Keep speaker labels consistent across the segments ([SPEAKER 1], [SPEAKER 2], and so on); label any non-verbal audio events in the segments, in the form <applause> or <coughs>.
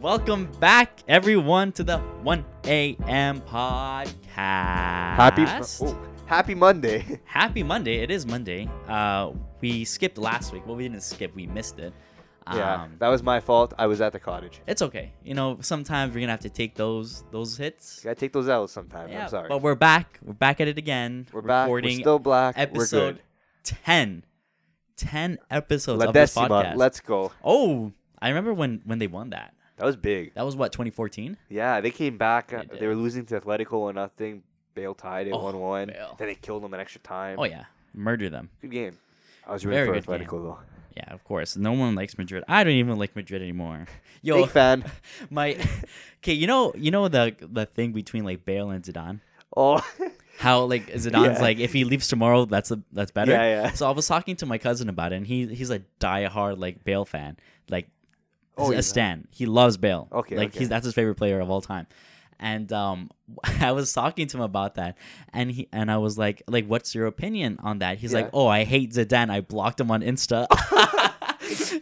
[SPEAKER 1] Welcome back, everyone, to the 1 a.m. podcast.
[SPEAKER 2] Happy, oh, happy Monday. <laughs>
[SPEAKER 1] Happy Monday. It is Monday. Uh, we skipped last week. Well, we didn't skip, we missed it.
[SPEAKER 2] yeah,
[SPEAKER 1] Um,
[SPEAKER 2] that was my fault. I was at the cottage.
[SPEAKER 1] it's okay. You know, sometimes we're going to have to take those those hits.
[SPEAKER 2] Gotta take those L's sometime.
[SPEAKER 1] Yeah,
[SPEAKER 2] I'm sorry.
[SPEAKER 1] But we're back. We're back at it again.
[SPEAKER 2] We're back. We're still black. We're
[SPEAKER 1] episode
[SPEAKER 2] good.
[SPEAKER 1] 10. 10 episodes
[SPEAKER 2] La
[SPEAKER 1] of this
[SPEAKER 2] decima.
[SPEAKER 1] podcast.
[SPEAKER 2] Let's go.
[SPEAKER 1] oh, I remember when when they won that.
[SPEAKER 2] That was big.
[SPEAKER 1] That was what 2014.
[SPEAKER 2] Yeah, they came back. uh,
[SPEAKER 1] They
[SPEAKER 2] They,
[SPEAKER 1] did.
[SPEAKER 2] were losing to Atletico or nothing. Bale tied at
[SPEAKER 1] Oh,
[SPEAKER 2] one one.
[SPEAKER 1] Bale.
[SPEAKER 2] Then they killed them in extra time.
[SPEAKER 1] Oh yeah, murder them.
[SPEAKER 2] Good game. I was
[SPEAKER 1] Very
[SPEAKER 2] rooting for
[SPEAKER 1] good game.
[SPEAKER 2] Atletico though.
[SPEAKER 1] Yeah, of course. No one likes Madrid. I don't even like Madrid
[SPEAKER 2] <laughs>
[SPEAKER 1] anymore. Yo,
[SPEAKER 2] Big fan.
[SPEAKER 1] <laughs> my okay. You know, you know the the thing between like Bale and Zidane.
[SPEAKER 2] Oh, <laughs>
[SPEAKER 1] How like Zidane's
[SPEAKER 2] Yeah.
[SPEAKER 1] like if he leaves tomorrow, that's a, that's better.
[SPEAKER 2] Yeah, yeah.
[SPEAKER 1] So I was talking to my cousin about it, and he he's a diehard like Bale fan, like
[SPEAKER 2] Oh,
[SPEAKER 1] a
[SPEAKER 2] he's a-
[SPEAKER 1] stan. He loves Bale.
[SPEAKER 2] Okay,
[SPEAKER 1] like
[SPEAKER 2] okay.
[SPEAKER 1] he's that's his favorite player of all time. And um, <laughs> I was talking to him about that, and he and I was like, like, what's your opinion on that? He's like,
[SPEAKER 2] Yeah.
[SPEAKER 1] oh, I hate Zidane. I blocked him on Insta. <laughs>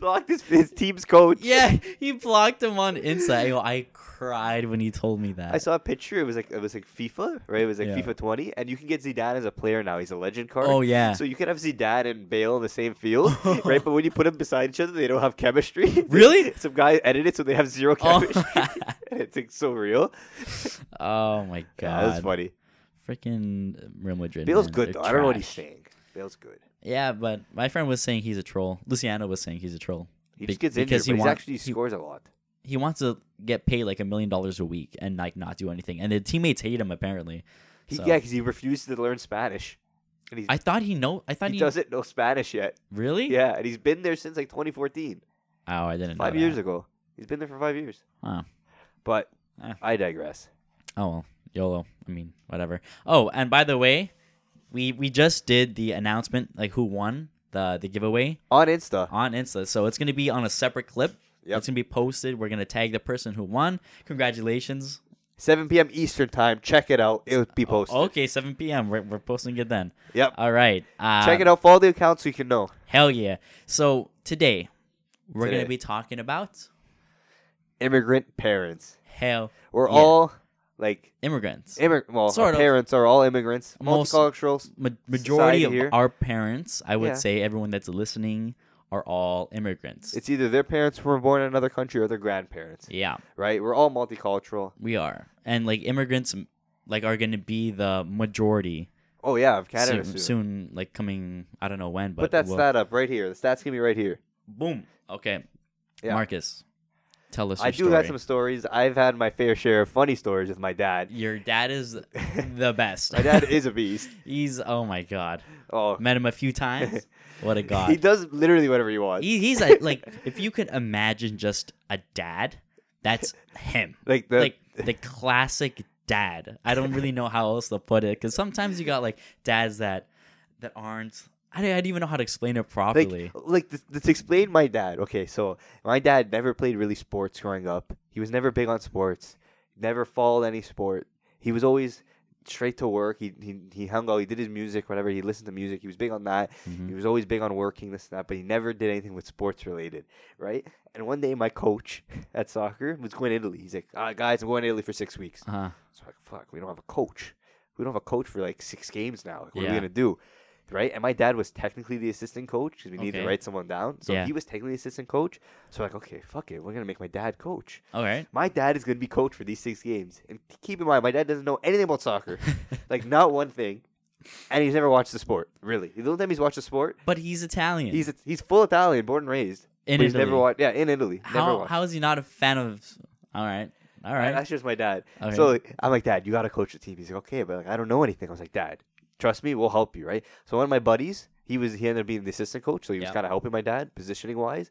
[SPEAKER 2] blocked his, his team's coach.
[SPEAKER 1] Yeah, <laughs> he blocked him on Insta. Yo, I cried when he told me that.
[SPEAKER 2] I saw a picture. It was like it was like FIFA, right? It was like
[SPEAKER 1] Yeah.
[SPEAKER 2] FIFA 20, and you can get Zidane as a player now. He's a legend card.
[SPEAKER 1] Oh, yeah.
[SPEAKER 2] So you can have Zidane and Bale in the
[SPEAKER 1] <laughs>
[SPEAKER 2] same field, right? But when you put them beside each other, they don't have chemistry. <laughs>
[SPEAKER 1] Really?
[SPEAKER 2] Some guy edited it so they have zero
[SPEAKER 1] Oh. <laughs>
[SPEAKER 2] chemistry. <laughs> and it's like so real.
[SPEAKER 1] oh my god,
[SPEAKER 2] Yeah, that's funny.
[SPEAKER 1] freaking Real Madrid.
[SPEAKER 2] Bale's
[SPEAKER 1] man,
[SPEAKER 2] good
[SPEAKER 1] they're
[SPEAKER 2] though. I don't know what he's
[SPEAKER 1] trash.
[SPEAKER 2] saying. Bale's good.
[SPEAKER 1] Yeah, but my friend was saying he's a troll. Luciano was saying he's a troll.
[SPEAKER 2] He
[SPEAKER 1] Be-
[SPEAKER 2] just gets injured,
[SPEAKER 1] because he
[SPEAKER 2] but he
[SPEAKER 1] want-
[SPEAKER 2] actually
[SPEAKER 1] he-
[SPEAKER 2] scores a lot.
[SPEAKER 1] He wants to get paid like a million dollars a week and like not do anything, and the teammates hate him apparently.
[SPEAKER 2] He,
[SPEAKER 1] So-
[SPEAKER 2] Yeah, because he refuses to learn Spanish. And he's,
[SPEAKER 1] I thought he know. I thought
[SPEAKER 2] he
[SPEAKER 1] he,
[SPEAKER 2] doesn't know Spanish yet.
[SPEAKER 1] really.
[SPEAKER 2] Yeah, and he's been there since like 2014,
[SPEAKER 1] Oh, I didn't.
[SPEAKER 2] five
[SPEAKER 1] know
[SPEAKER 2] years
[SPEAKER 1] That.
[SPEAKER 2] ago. He's been there for five years.
[SPEAKER 1] Wow.
[SPEAKER 2] But
[SPEAKER 1] Eh.
[SPEAKER 2] I digress.
[SPEAKER 1] Oh well, YOLO. I mean, whatever. Oh, and by the way, we we just did the announcement like who won the the giveaway
[SPEAKER 2] On Insta.
[SPEAKER 1] on Insta. So it's gonna be on a separate clip.
[SPEAKER 2] Yep.
[SPEAKER 1] It's gonna be posted. We're gonna tag the person who won. Congratulations.
[SPEAKER 2] 7 p.m. Eastern time. Check it out. It'll be
[SPEAKER 1] Oh,
[SPEAKER 2] posted.
[SPEAKER 1] Okay, 7 p.m. We're, we're posting it then.
[SPEAKER 2] Yep.
[SPEAKER 1] All right. Uh,
[SPEAKER 2] Check it out. Follow the account so you can know.
[SPEAKER 1] Hell yeah. So today we're gonna
[SPEAKER 2] Today.
[SPEAKER 1] be talking about
[SPEAKER 2] Immigrant parents.
[SPEAKER 1] hell
[SPEAKER 2] We're
[SPEAKER 1] Yeah.
[SPEAKER 2] all like
[SPEAKER 1] immigrants.
[SPEAKER 2] immig. Well,
[SPEAKER 1] Sort
[SPEAKER 2] our
[SPEAKER 1] of.
[SPEAKER 2] parents are all immigrants.
[SPEAKER 1] Most-
[SPEAKER 2] Multicultural.
[SPEAKER 1] Ma- majority
[SPEAKER 2] society
[SPEAKER 1] of
[SPEAKER 2] here.
[SPEAKER 1] our parents, I would
[SPEAKER 2] Yeah.
[SPEAKER 1] say, everyone that's listening, are all immigrants.
[SPEAKER 2] It's either their parents were born in another country or their grandparents.
[SPEAKER 1] yeah.
[SPEAKER 2] Right? We're all multicultural.
[SPEAKER 1] We are, and like immigrants, m- like are going to be the majority
[SPEAKER 2] Oh yeah, of
[SPEAKER 1] soon,
[SPEAKER 2] Canada soon.
[SPEAKER 1] soon. Like coming, I don't know when, but
[SPEAKER 2] Put that
[SPEAKER 1] we'll-
[SPEAKER 2] stat up right here. The stats can be right here.
[SPEAKER 1] Boom. Okay,
[SPEAKER 2] Yeah.
[SPEAKER 1] Marcus, tell us. Your
[SPEAKER 2] I do
[SPEAKER 1] story.
[SPEAKER 2] have some stories. I've had my fair share of funny stories with
[SPEAKER 1] <laughs>
[SPEAKER 2] my dad.
[SPEAKER 1] Your dad
[SPEAKER 2] <laughs>
[SPEAKER 1] is the best.
[SPEAKER 2] My dad is a beast.
[SPEAKER 1] <laughs> He's oh my god.
[SPEAKER 2] Oh,
[SPEAKER 1] Met him a few
[SPEAKER 2] <laughs>
[SPEAKER 1] times. What a <laughs>
[SPEAKER 2] he
[SPEAKER 1] god.
[SPEAKER 2] does literally whatever he wants.
[SPEAKER 1] He, he's a, like if you could imagine just a dad, that's
[SPEAKER 2] <laughs>
[SPEAKER 1] him.
[SPEAKER 2] like the
[SPEAKER 1] like the classic dad. I don't really know how else to put it because sometimes you got like dads that that aren't. I don't, I don't even know how to explain it properly.
[SPEAKER 2] Like, like th- th- to explain my dad. Okay, so my dad never played really sports growing up. He was never big on sports. Never followed any sport. He was always straight to work. He he, he hung out. He did his music, whatever. He listened to music. He was big on that. He was always big on working this and that. But he never did anything with sports related, right? And one day, my coach <laughs> at soccer was going to Italy. He's like, ah, "Guys, I'm going to Italy for six weeks."
[SPEAKER 1] uh,
[SPEAKER 2] So like, fuck, we don't have a coach. We don't have a coach for like six games now. Like, what are
[SPEAKER 1] Yeah.
[SPEAKER 2] we gonna do? Right? And my dad was technically the assistant coach because we needed
[SPEAKER 1] Okay.
[SPEAKER 2] to write someone down. So
[SPEAKER 1] Yeah.
[SPEAKER 2] he was technically the assistant coach. So like, okay, fuck it, we're gonna make my dad coach.
[SPEAKER 1] all right. <laughs>
[SPEAKER 2] My dad is gonna be coach for these six games. And k- keep in mind, my dad doesn't know anything about soccer, <laughs> like not one thing, and he's never watched the sport. Really, the only time he's watched the sport,
[SPEAKER 1] But he's Italian.
[SPEAKER 2] he's he's full Italian, born and raised.
[SPEAKER 1] In
[SPEAKER 2] but he's never
[SPEAKER 1] Italy.
[SPEAKER 2] watched. Yeah, in Italy, never
[SPEAKER 1] how
[SPEAKER 2] watched.
[SPEAKER 1] how is he not a fan of? All right, all
[SPEAKER 2] And
[SPEAKER 1] right.
[SPEAKER 2] That's just my dad.
[SPEAKER 1] Okay.
[SPEAKER 2] So like, I'm like, Dad, you gotta coach the team. He's like, Okay, but like, I don't know anything. I was like, Dad, trust me, we'll help you, right? So one of my buddies, he was he ended up being the assistant coach, so he was
[SPEAKER 1] Yeah.
[SPEAKER 2] kind of helping my dad positioning wise.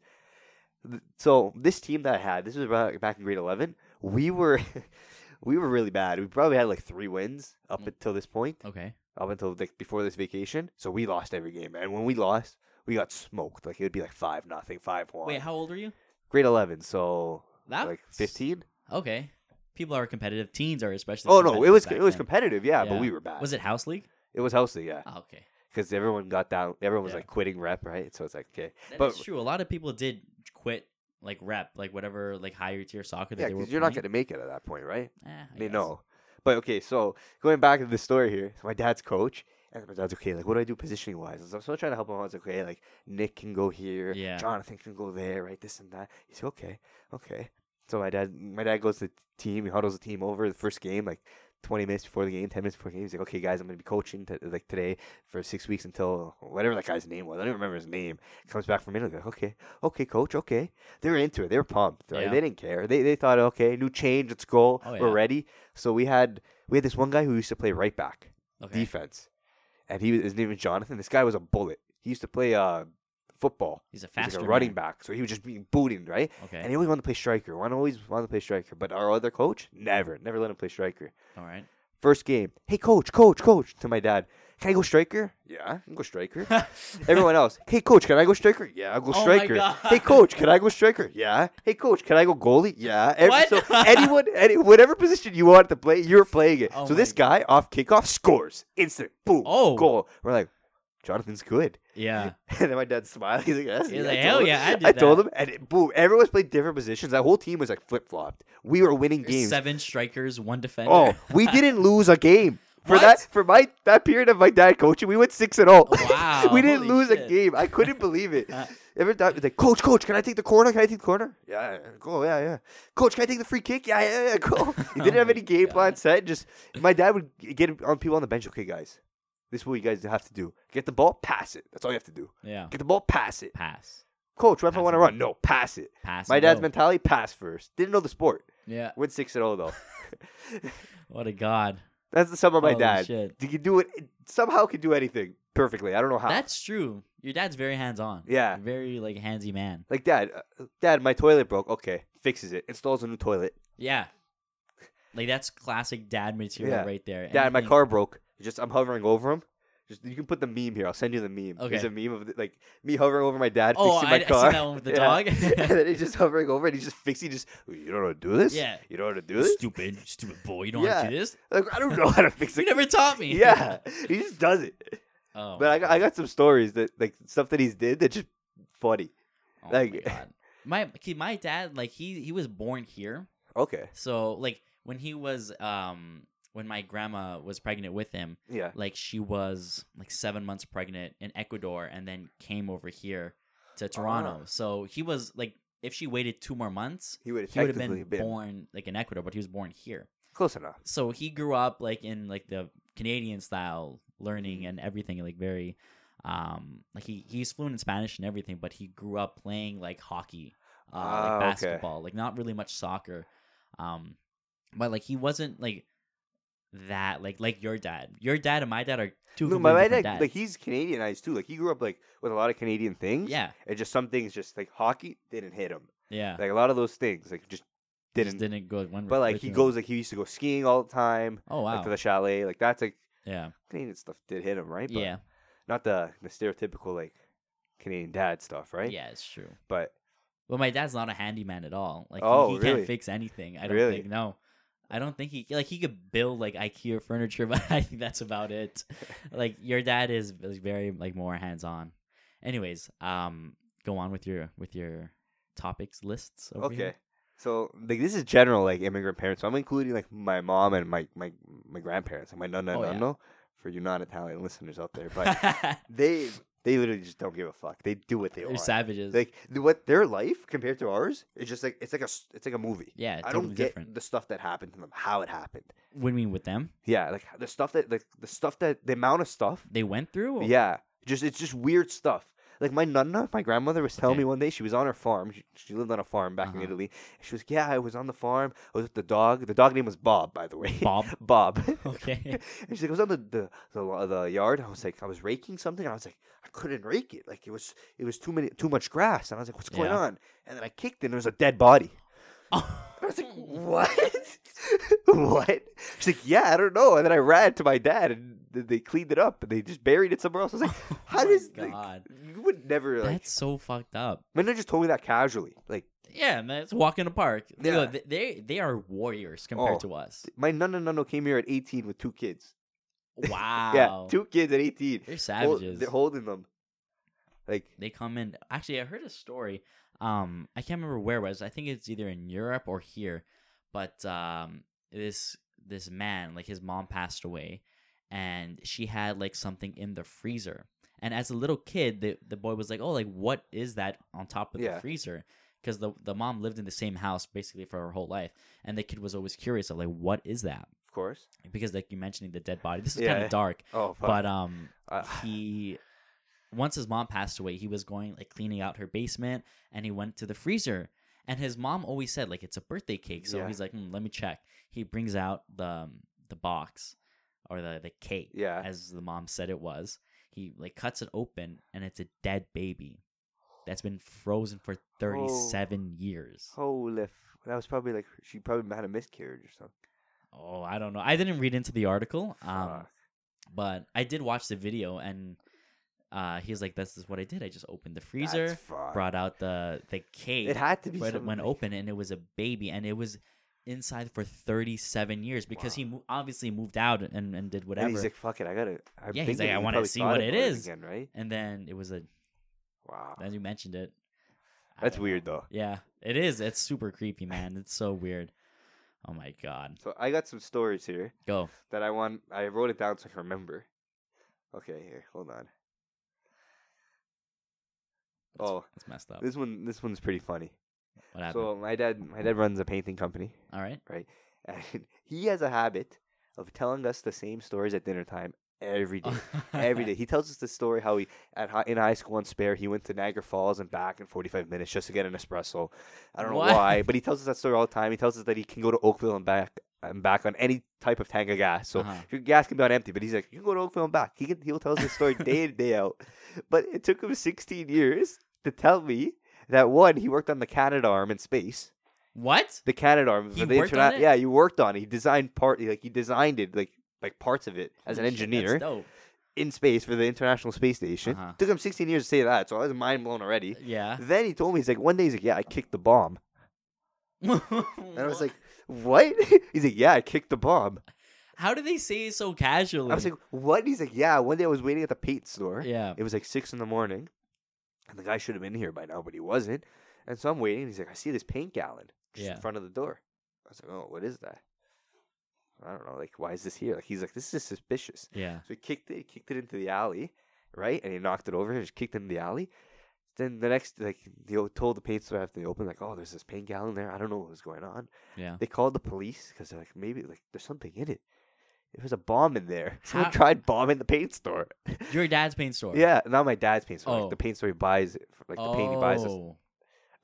[SPEAKER 2] Th- So this team that I had, this was about back in grade eleven. We were, <laughs> we were really bad. We probably had like three wins
[SPEAKER 1] Mm.
[SPEAKER 2] up until this point,
[SPEAKER 1] Okay.
[SPEAKER 2] up until like before this vacation. So we lost every game, and when we lost, we got smoked. Like it would be like five nothing, five one.
[SPEAKER 1] Wait, how old are you?
[SPEAKER 2] grade eleven? So
[SPEAKER 1] That
[SPEAKER 2] like fifteen.
[SPEAKER 1] Okay. People are competitive. Teens are especially.
[SPEAKER 2] Oh no, it
[SPEAKER 1] competitive
[SPEAKER 2] was
[SPEAKER 1] back
[SPEAKER 2] it was
[SPEAKER 1] then.
[SPEAKER 2] competitive, yeah,
[SPEAKER 1] Yeah.
[SPEAKER 2] but we were bad.
[SPEAKER 1] Was it house league?
[SPEAKER 2] It was healthy, yeah,
[SPEAKER 1] Oh, okay.
[SPEAKER 2] because everyone got down. Everyone was
[SPEAKER 1] Yeah.
[SPEAKER 2] like quitting rep, right? So it's like okay,
[SPEAKER 1] That's
[SPEAKER 2] but
[SPEAKER 1] true. A lot of people did quit like rep, like whatever like higher tier soccer that
[SPEAKER 2] Yeah,
[SPEAKER 1] they were
[SPEAKER 2] because you're not going to make it at that point, right?
[SPEAKER 1] gonna eh, I
[SPEAKER 2] They
[SPEAKER 1] guess.
[SPEAKER 2] know. But okay, so going back to the story here, so my dad's coach, and my dad's okay. Like, what do I do positioning wise? I'm still trying to help him out. I was like, okay, like Nick can go here,
[SPEAKER 1] Yeah.
[SPEAKER 2] Jonathan can go there, right? This and that. He's like, okay, okay. So my dad, my dad goes to the team. He huddles the team over the first game, like 20 minutes before the game, 10 minutes before the game. He's like, okay, guys, I'm gonna be coaching t- like today for six weeks until whatever that guy's name was. I don't remember his name. Comes back from Italy. Like, okay, okay, coach, okay. They were into it. They were pumped. Right?
[SPEAKER 1] Yeah.
[SPEAKER 2] They didn't care. They they thought, okay, new change. Let's go.
[SPEAKER 1] Oh,
[SPEAKER 2] We're
[SPEAKER 1] yeah.
[SPEAKER 2] ready. So we had we had this one guy who used to play right back
[SPEAKER 1] Okay.
[SPEAKER 2] defense, and he was, his name was Jonathan. This guy was a bullet. He used to play uh football.
[SPEAKER 1] He's a
[SPEAKER 2] He was
[SPEAKER 1] faster
[SPEAKER 2] like a running
[SPEAKER 1] man.
[SPEAKER 2] back, so he was just being booted, right?
[SPEAKER 1] Okay.
[SPEAKER 2] And he always wanted to play striker. One always wanted to play striker, but our other coach never, never let him play striker.
[SPEAKER 1] All right.
[SPEAKER 2] First game, hey coach, coach, coach, to my dad, can I go striker? Yeah, I can go striker. <laughs> Everyone else, hey coach, can I go striker? Yeah, I'll go
[SPEAKER 1] Oh my
[SPEAKER 2] striker.
[SPEAKER 1] God.
[SPEAKER 2] Hey coach, can I go striker? Yeah. Hey coach, can I go goalie? Yeah. Every,
[SPEAKER 1] What?
[SPEAKER 2] So anyone, any, whatever position you want to play, you're playing it.
[SPEAKER 1] Oh
[SPEAKER 2] so
[SPEAKER 1] my
[SPEAKER 2] this guy off kickoff scores instant, boom,
[SPEAKER 1] Oh.
[SPEAKER 2] goal. We're like, Jonathan's good. <laughs>
[SPEAKER 1] yeah.
[SPEAKER 2] And then my dad smiled. He's like, That's
[SPEAKER 1] He's
[SPEAKER 2] me.
[SPEAKER 1] like,
[SPEAKER 2] I
[SPEAKER 1] "Hell
[SPEAKER 2] told him."
[SPEAKER 1] yeah, I did
[SPEAKER 2] told
[SPEAKER 1] that.
[SPEAKER 2] him, and it, boom, everyone's played different positions. That whole team was like flip flopped. We were winning games.
[SPEAKER 1] Seven strikers, one defender. <laughs>
[SPEAKER 2] Oh, we didn't lose a game. For
[SPEAKER 1] What?
[SPEAKER 2] that for my that period of my dad coaching, we went six and all.
[SPEAKER 1] Wow,
[SPEAKER 2] <laughs> we didn't
[SPEAKER 1] holy
[SPEAKER 2] lose a
[SPEAKER 1] shit.
[SPEAKER 2] game. I couldn't believe it. <laughs>
[SPEAKER 1] Uh.
[SPEAKER 2] Every time it's like, Coach, coach, can I take the corner? Can I take the corner? Yeah, yeah, cool, yeah, yeah. Coach, can I take the free kick? Yeah, yeah, <laughs> yeah,
[SPEAKER 1] <laughs>
[SPEAKER 2] cool. He
[SPEAKER 1] Oh
[SPEAKER 2] didn't have
[SPEAKER 1] my
[SPEAKER 2] any game
[SPEAKER 1] God.
[SPEAKER 2] plan set. Just my dad would get on people on the bench, okay guys. This is what you guys have to do. Get the ball, pass it. That's all you have to do.
[SPEAKER 1] yeah.
[SPEAKER 2] Get the ball, pass it.
[SPEAKER 1] Pass.
[SPEAKER 2] Coach, what if I
[SPEAKER 1] Pass
[SPEAKER 2] want
[SPEAKER 1] it.
[SPEAKER 2] to run? No, pass it.
[SPEAKER 1] Pass.
[SPEAKER 2] My
[SPEAKER 1] and
[SPEAKER 2] dad's
[SPEAKER 1] go.
[SPEAKER 2] mentality, pass first. Didn't know the sport.
[SPEAKER 1] Yeah.
[SPEAKER 2] Went six and all though.
[SPEAKER 1] What a god.
[SPEAKER 2] That's the sum of my
[SPEAKER 1] Holy
[SPEAKER 2] dad.
[SPEAKER 1] shit.
[SPEAKER 2] He can do it somehow. Can do anything perfectly. I don't know how.
[SPEAKER 1] That's true. Your dad's very hands on.
[SPEAKER 2] Uh, Yeah.
[SPEAKER 1] Very like handsy man.
[SPEAKER 2] like dad. uh, Dad, my toilet broke. Okay, fixes it. Installs a new toilet.
[SPEAKER 1] Yeah. Like that's classic dad material
[SPEAKER 2] Yeah.
[SPEAKER 1] right there.
[SPEAKER 2] Dad, my
[SPEAKER 1] Anything-
[SPEAKER 2] car broke. Just I'm hovering over him. Just you can put the meme here. I'll send you the meme. There's
[SPEAKER 1] Okay.
[SPEAKER 2] a meme of like me hovering over my dad
[SPEAKER 1] Oh,
[SPEAKER 2] fixing
[SPEAKER 1] I-
[SPEAKER 2] my
[SPEAKER 1] I seen
[SPEAKER 2] car.
[SPEAKER 1] that one with the
[SPEAKER 2] <laughs> Yeah.
[SPEAKER 1] dog.
[SPEAKER 2] and then he's just hovering over and he's just fixing. Just you don't know how to do this.
[SPEAKER 1] <laughs> Yeah.
[SPEAKER 2] You don't know how to do this.
[SPEAKER 1] Stupid, stupid boy. You don't want
[SPEAKER 2] Yeah.
[SPEAKER 1] to do this.
[SPEAKER 2] Like I don't know how to fix
[SPEAKER 1] You
[SPEAKER 2] it.
[SPEAKER 1] never taught me.
[SPEAKER 2] yeah, he just does it.
[SPEAKER 1] <laughs> Oh,
[SPEAKER 2] But I got, I got some stories that like stuff that he's did that just funny.
[SPEAKER 1] oh my
[SPEAKER 2] like-
[SPEAKER 1] god. My okay, my dad, like he he was born here.
[SPEAKER 2] Okay.
[SPEAKER 1] So like when he was um when my grandma was pregnant with him,
[SPEAKER 2] Yeah.
[SPEAKER 1] like she was like seven months pregnant in Ecuador and then came over here
[SPEAKER 2] Oh,
[SPEAKER 1] to Toronto. So he was like if she waited two more months,
[SPEAKER 2] He would have
[SPEAKER 1] he would have
[SPEAKER 2] technically
[SPEAKER 1] been,
[SPEAKER 2] been,
[SPEAKER 1] born like in Ecuador, but he was born here.
[SPEAKER 2] close enough.
[SPEAKER 1] So he grew up like in like the Canadian style
[SPEAKER 2] Mm-hmm.
[SPEAKER 1] learning and everything, like very um like he, he's fluent in Spanish and everything, but he grew up playing like hockey, uh,
[SPEAKER 2] Ah,
[SPEAKER 1] like
[SPEAKER 2] okay.
[SPEAKER 1] basketball, like not really much soccer. Um but like he wasn't like that like like your dad. Your dad and my dad are two
[SPEAKER 2] No,
[SPEAKER 1] completely
[SPEAKER 2] my
[SPEAKER 1] different
[SPEAKER 2] dad,
[SPEAKER 1] dads.
[SPEAKER 2] like he's Canadianized too. Like he grew up like with a lot of Canadian things.
[SPEAKER 1] yeah,
[SPEAKER 2] and just some things just like hockey didn't hit him.
[SPEAKER 1] yeah.
[SPEAKER 2] Like a lot of those things like just
[SPEAKER 1] Just
[SPEAKER 2] didn't.
[SPEAKER 1] didn't go one
[SPEAKER 2] but like
[SPEAKER 1] with
[SPEAKER 2] he
[SPEAKER 1] him.
[SPEAKER 2] goes like he used to go skiing all the time,
[SPEAKER 1] Oh wow.
[SPEAKER 2] like to the chalet. Like that's like
[SPEAKER 1] yeah.
[SPEAKER 2] Canadian stuff did hit him, right? But
[SPEAKER 1] Yeah.
[SPEAKER 2] Not the the stereotypical like Canadian dad stuff, right?
[SPEAKER 1] Yeah, it's true.
[SPEAKER 2] But
[SPEAKER 1] Well, my dad's not a handyman at all. Like, he-
[SPEAKER 2] Oh,
[SPEAKER 1] he,
[SPEAKER 2] really?
[SPEAKER 1] can't fix anything. I don't
[SPEAKER 2] Really?
[SPEAKER 1] think. No, I don't think he like he could build like IKEA furniture, <laughs> but I think that's about
[SPEAKER 2] <laughs>
[SPEAKER 1] it. like your dad is is very like more hands on. Anyways, um, go on with your with your topics lists. Over
[SPEAKER 2] okay.
[SPEAKER 1] here. <laughs>
[SPEAKER 2] So like this is general like immigrant parents. So I'm including like my mom and my my my grandparents and my nonna
[SPEAKER 1] Oh, yeah.
[SPEAKER 2] nonno for you non-Italian listeners out there.
[SPEAKER 1] <laughs>
[SPEAKER 2] But they they literally just don't give a fuck. They do what they
[SPEAKER 1] they're
[SPEAKER 2] want.
[SPEAKER 1] savages.
[SPEAKER 2] Like th- what their life compared to ours is just like it's like a s- it's like a movie.
[SPEAKER 1] yeah,
[SPEAKER 2] I
[SPEAKER 1] totally
[SPEAKER 2] don't get
[SPEAKER 1] different.
[SPEAKER 2] the stuff that happened to them, how it happened.
[SPEAKER 1] What do you mean with them?
[SPEAKER 2] Yeah, like the stuff that like the stuff that the amount of stuff.
[SPEAKER 1] They went through. or-
[SPEAKER 2] Yeah, just it's just weird stuff. Like my nonna, my grandmother was telling
[SPEAKER 1] Okay.
[SPEAKER 2] me one day she was on her farm. She, she lived on a farm back in
[SPEAKER 1] Uh-huh.
[SPEAKER 2] Italy. She was yeah, I was on the farm. I was with the dog. The dog name was Bob, by the way.
[SPEAKER 1] Bob.
[SPEAKER 2] <laughs> Bob.
[SPEAKER 1] <laughs>
[SPEAKER 2] <laughs>
[SPEAKER 1] Okay.
[SPEAKER 2] And she's like, I was on the the, the lo- the yard. And I was like, I was raking something. And I was like, I couldn't rake it. Like it was it was too many too much grass. And I was like, what's going
[SPEAKER 1] Yeah.
[SPEAKER 2] on? And then I kicked it. and There was a dead body.
[SPEAKER 1] Oh
[SPEAKER 2] I was like, what? <laughs> what? She's like, yeah, I don't know. And then I ran to my dad, and th- they cleaned it up, and they just buried it somewhere else. I
[SPEAKER 1] <laughs>
[SPEAKER 2] was like, how
[SPEAKER 1] my
[SPEAKER 2] does like, <laughs>
[SPEAKER 1] God.
[SPEAKER 2] you would never like?
[SPEAKER 1] That's so fucked up.
[SPEAKER 2] My dad just told me that casually. Like
[SPEAKER 1] Yeah, and that's walk in the park.
[SPEAKER 2] Yeah.
[SPEAKER 1] Look, th- they they are warriors compared
[SPEAKER 2] Oh.
[SPEAKER 1] to
[SPEAKER 2] <laughs>
[SPEAKER 1] us.
[SPEAKER 2] my nunna nunno came here at 18 with two kids.
[SPEAKER 1] Wow.
[SPEAKER 2] Yeah, two kids at 18.
[SPEAKER 1] They're
[SPEAKER 2] Hol-
[SPEAKER 1] savages.
[SPEAKER 2] they're holding them. Like
[SPEAKER 1] They come in. Actually, I heard a story. Um, I can't remember where it was. I think it's either in Europe or here. But um, this this man, like his mom passed away, and she had like something in the freezer. And as a little kid, the the boy was like, "Oh, like what is that on top of
[SPEAKER 2] Yeah.
[SPEAKER 1] the freezer?" Because the the mom lived in the same house basically for her whole life, and the kid was always curious of like, "What is that?"
[SPEAKER 2] of course.
[SPEAKER 1] Because like you mentioning the dead body, this is kind
[SPEAKER 2] Yeah.
[SPEAKER 1] of dark.
[SPEAKER 2] Oh, fuck.
[SPEAKER 1] But um,
[SPEAKER 2] Uh,
[SPEAKER 1] he once his mom passed away he was going like cleaning out her basement and he went to the freezer and his mom always said like it's a birthday cake so
[SPEAKER 2] Yeah.
[SPEAKER 1] he's like hmm, let me check he brings out the um, the box or the the cake
[SPEAKER 2] yeah.
[SPEAKER 1] as the mom said it was he like cuts it open and it's a dead baby that's been frozen for 37
[SPEAKER 2] Oh.
[SPEAKER 1] years
[SPEAKER 2] Holy, f- that was probably like she probably had a miscarriage or something.
[SPEAKER 1] oh i don't know i didn't read into the article um
[SPEAKER 2] Fuck.
[SPEAKER 1] but i did watch the video and uh he's like this is what i did i just opened the
[SPEAKER 2] That's
[SPEAKER 1] freezer
[SPEAKER 2] fucked.
[SPEAKER 1] brought out the the cake
[SPEAKER 2] It had to be
[SPEAKER 1] when,
[SPEAKER 2] something
[SPEAKER 1] when
[SPEAKER 2] like-
[SPEAKER 1] open and it was a baby and it was inside for 37 years because he mo- obviously moved out and, and did whatever
[SPEAKER 2] And
[SPEAKER 1] and,
[SPEAKER 2] he's like, "Fuck it, I gotta." I
[SPEAKER 1] Yeah, he's like, "I wanna see what it is."
[SPEAKER 2] again, right?
[SPEAKER 1] then it was a
[SPEAKER 2] Wow,
[SPEAKER 1] as you mentioned it I
[SPEAKER 2] that's
[SPEAKER 1] don't
[SPEAKER 2] weird
[SPEAKER 1] know.
[SPEAKER 2] though.
[SPEAKER 1] yeah it is it's super creepy man it's so weird oh my god
[SPEAKER 2] So I got some stories here
[SPEAKER 1] go
[SPEAKER 2] that I want. I wrote it down so I can remember. Okay, here, hold on.
[SPEAKER 1] that's,
[SPEAKER 2] Oh.
[SPEAKER 1] that's messed up
[SPEAKER 2] This one, this one's pretty funny.
[SPEAKER 1] what happened
[SPEAKER 2] So my dad, my dad runs a painting company, <laughs>
[SPEAKER 1] all right
[SPEAKER 2] and he has a habit of telling us the same stories at dinner time every day.
[SPEAKER 1] <laughs>
[SPEAKER 2] every day. He tells us the story how he at hi- in high school in Spare he went to Niagara Falls and back in 45 minutes just to get an espresso. I don't know
[SPEAKER 1] What? <laughs>
[SPEAKER 2] why, but he tells us that story all the time. He tells us that he can go to Oakville and back and back on any type of tank of gas. So
[SPEAKER 1] Uh-huh.
[SPEAKER 2] your gas can be on empty, but he's like, you can go to Oakville and back. He can, he'll tell us this story day in day out. But it took him 16 years to tell me that one he worked on the Canada arm in space.
[SPEAKER 1] what
[SPEAKER 2] The Canada arm,
[SPEAKER 1] He
[SPEAKER 2] for the
[SPEAKER 1] worked on
[SPEAKER 2] internet.
[SPEAKER 1] it?
[SPEAKER 2] Yeah, you worked on it. He designed part, like he designed it, like like parts of it as an
[SPEAKER 1] Holy shit, that's
[SPEAKER 2] engineer
[SPEAKER 1] dope.
[SPEAKER 2] in space for the International Space Station.
[SPEAKER 1] Uh-huh.
[SPEAKER 2] Took him 16 years to say that, so I was mind blown already.
[SPEAKER 1] yeah
[SPEAKER 2] Then he told me, he's like, one day he's like, yeah, I kicked the bomb.
[SPEAKER 1] and
[SPEAKER 2] And I was like, what? <laughs> he's like, yeah, I kicked the bomb.
[SPEAKER 1] how do they say it so casually
[SPEAKER 2] I was like, what? He's like, yeah, one day I was waiting at the paint store.
[SPEAKER 1] yeah
[SPEAKER 2] It was like 6 in the morning, and the guy should have been here by now, but he wasn't. And so I'm waiting, and he's like, I see this paint gallon just
[SPEAKER 1] Yeah.
[SPEAKER 2] in front of the door. I was like, oh, what is that? I don't know. Like, why is this here? Like, he's like, this is suspicious.
[SPEAKER 1] yeah
[SPEAKER 2] So he kicked it, he kicked it into the alley, right? And he knocked it over, just kicked it in the alley. Then the next, like, they o- told the paint store after they opened, like, oh, there's this paint gallon there. I don't know what was going on. <laughs>
[SPEAKER 1] yeah
[SPEAKER 2] They called the police because they're like, maybe, like, there's something in it. It was a bomb in there. <laughs> Someone
[SPEAKER 1] How-
[SPEAKER 2] tried bombing the paint store.
[SPEAKER 1] your dad's paint store
[SPEAKER 2] yeah, not my dad's paint store.
[SPEAKER 1] Oh.
[SPEAKER 2] Like, the paint store he buys, it from, like, the paint he buys, us-
[SPEAKER 1] Oh.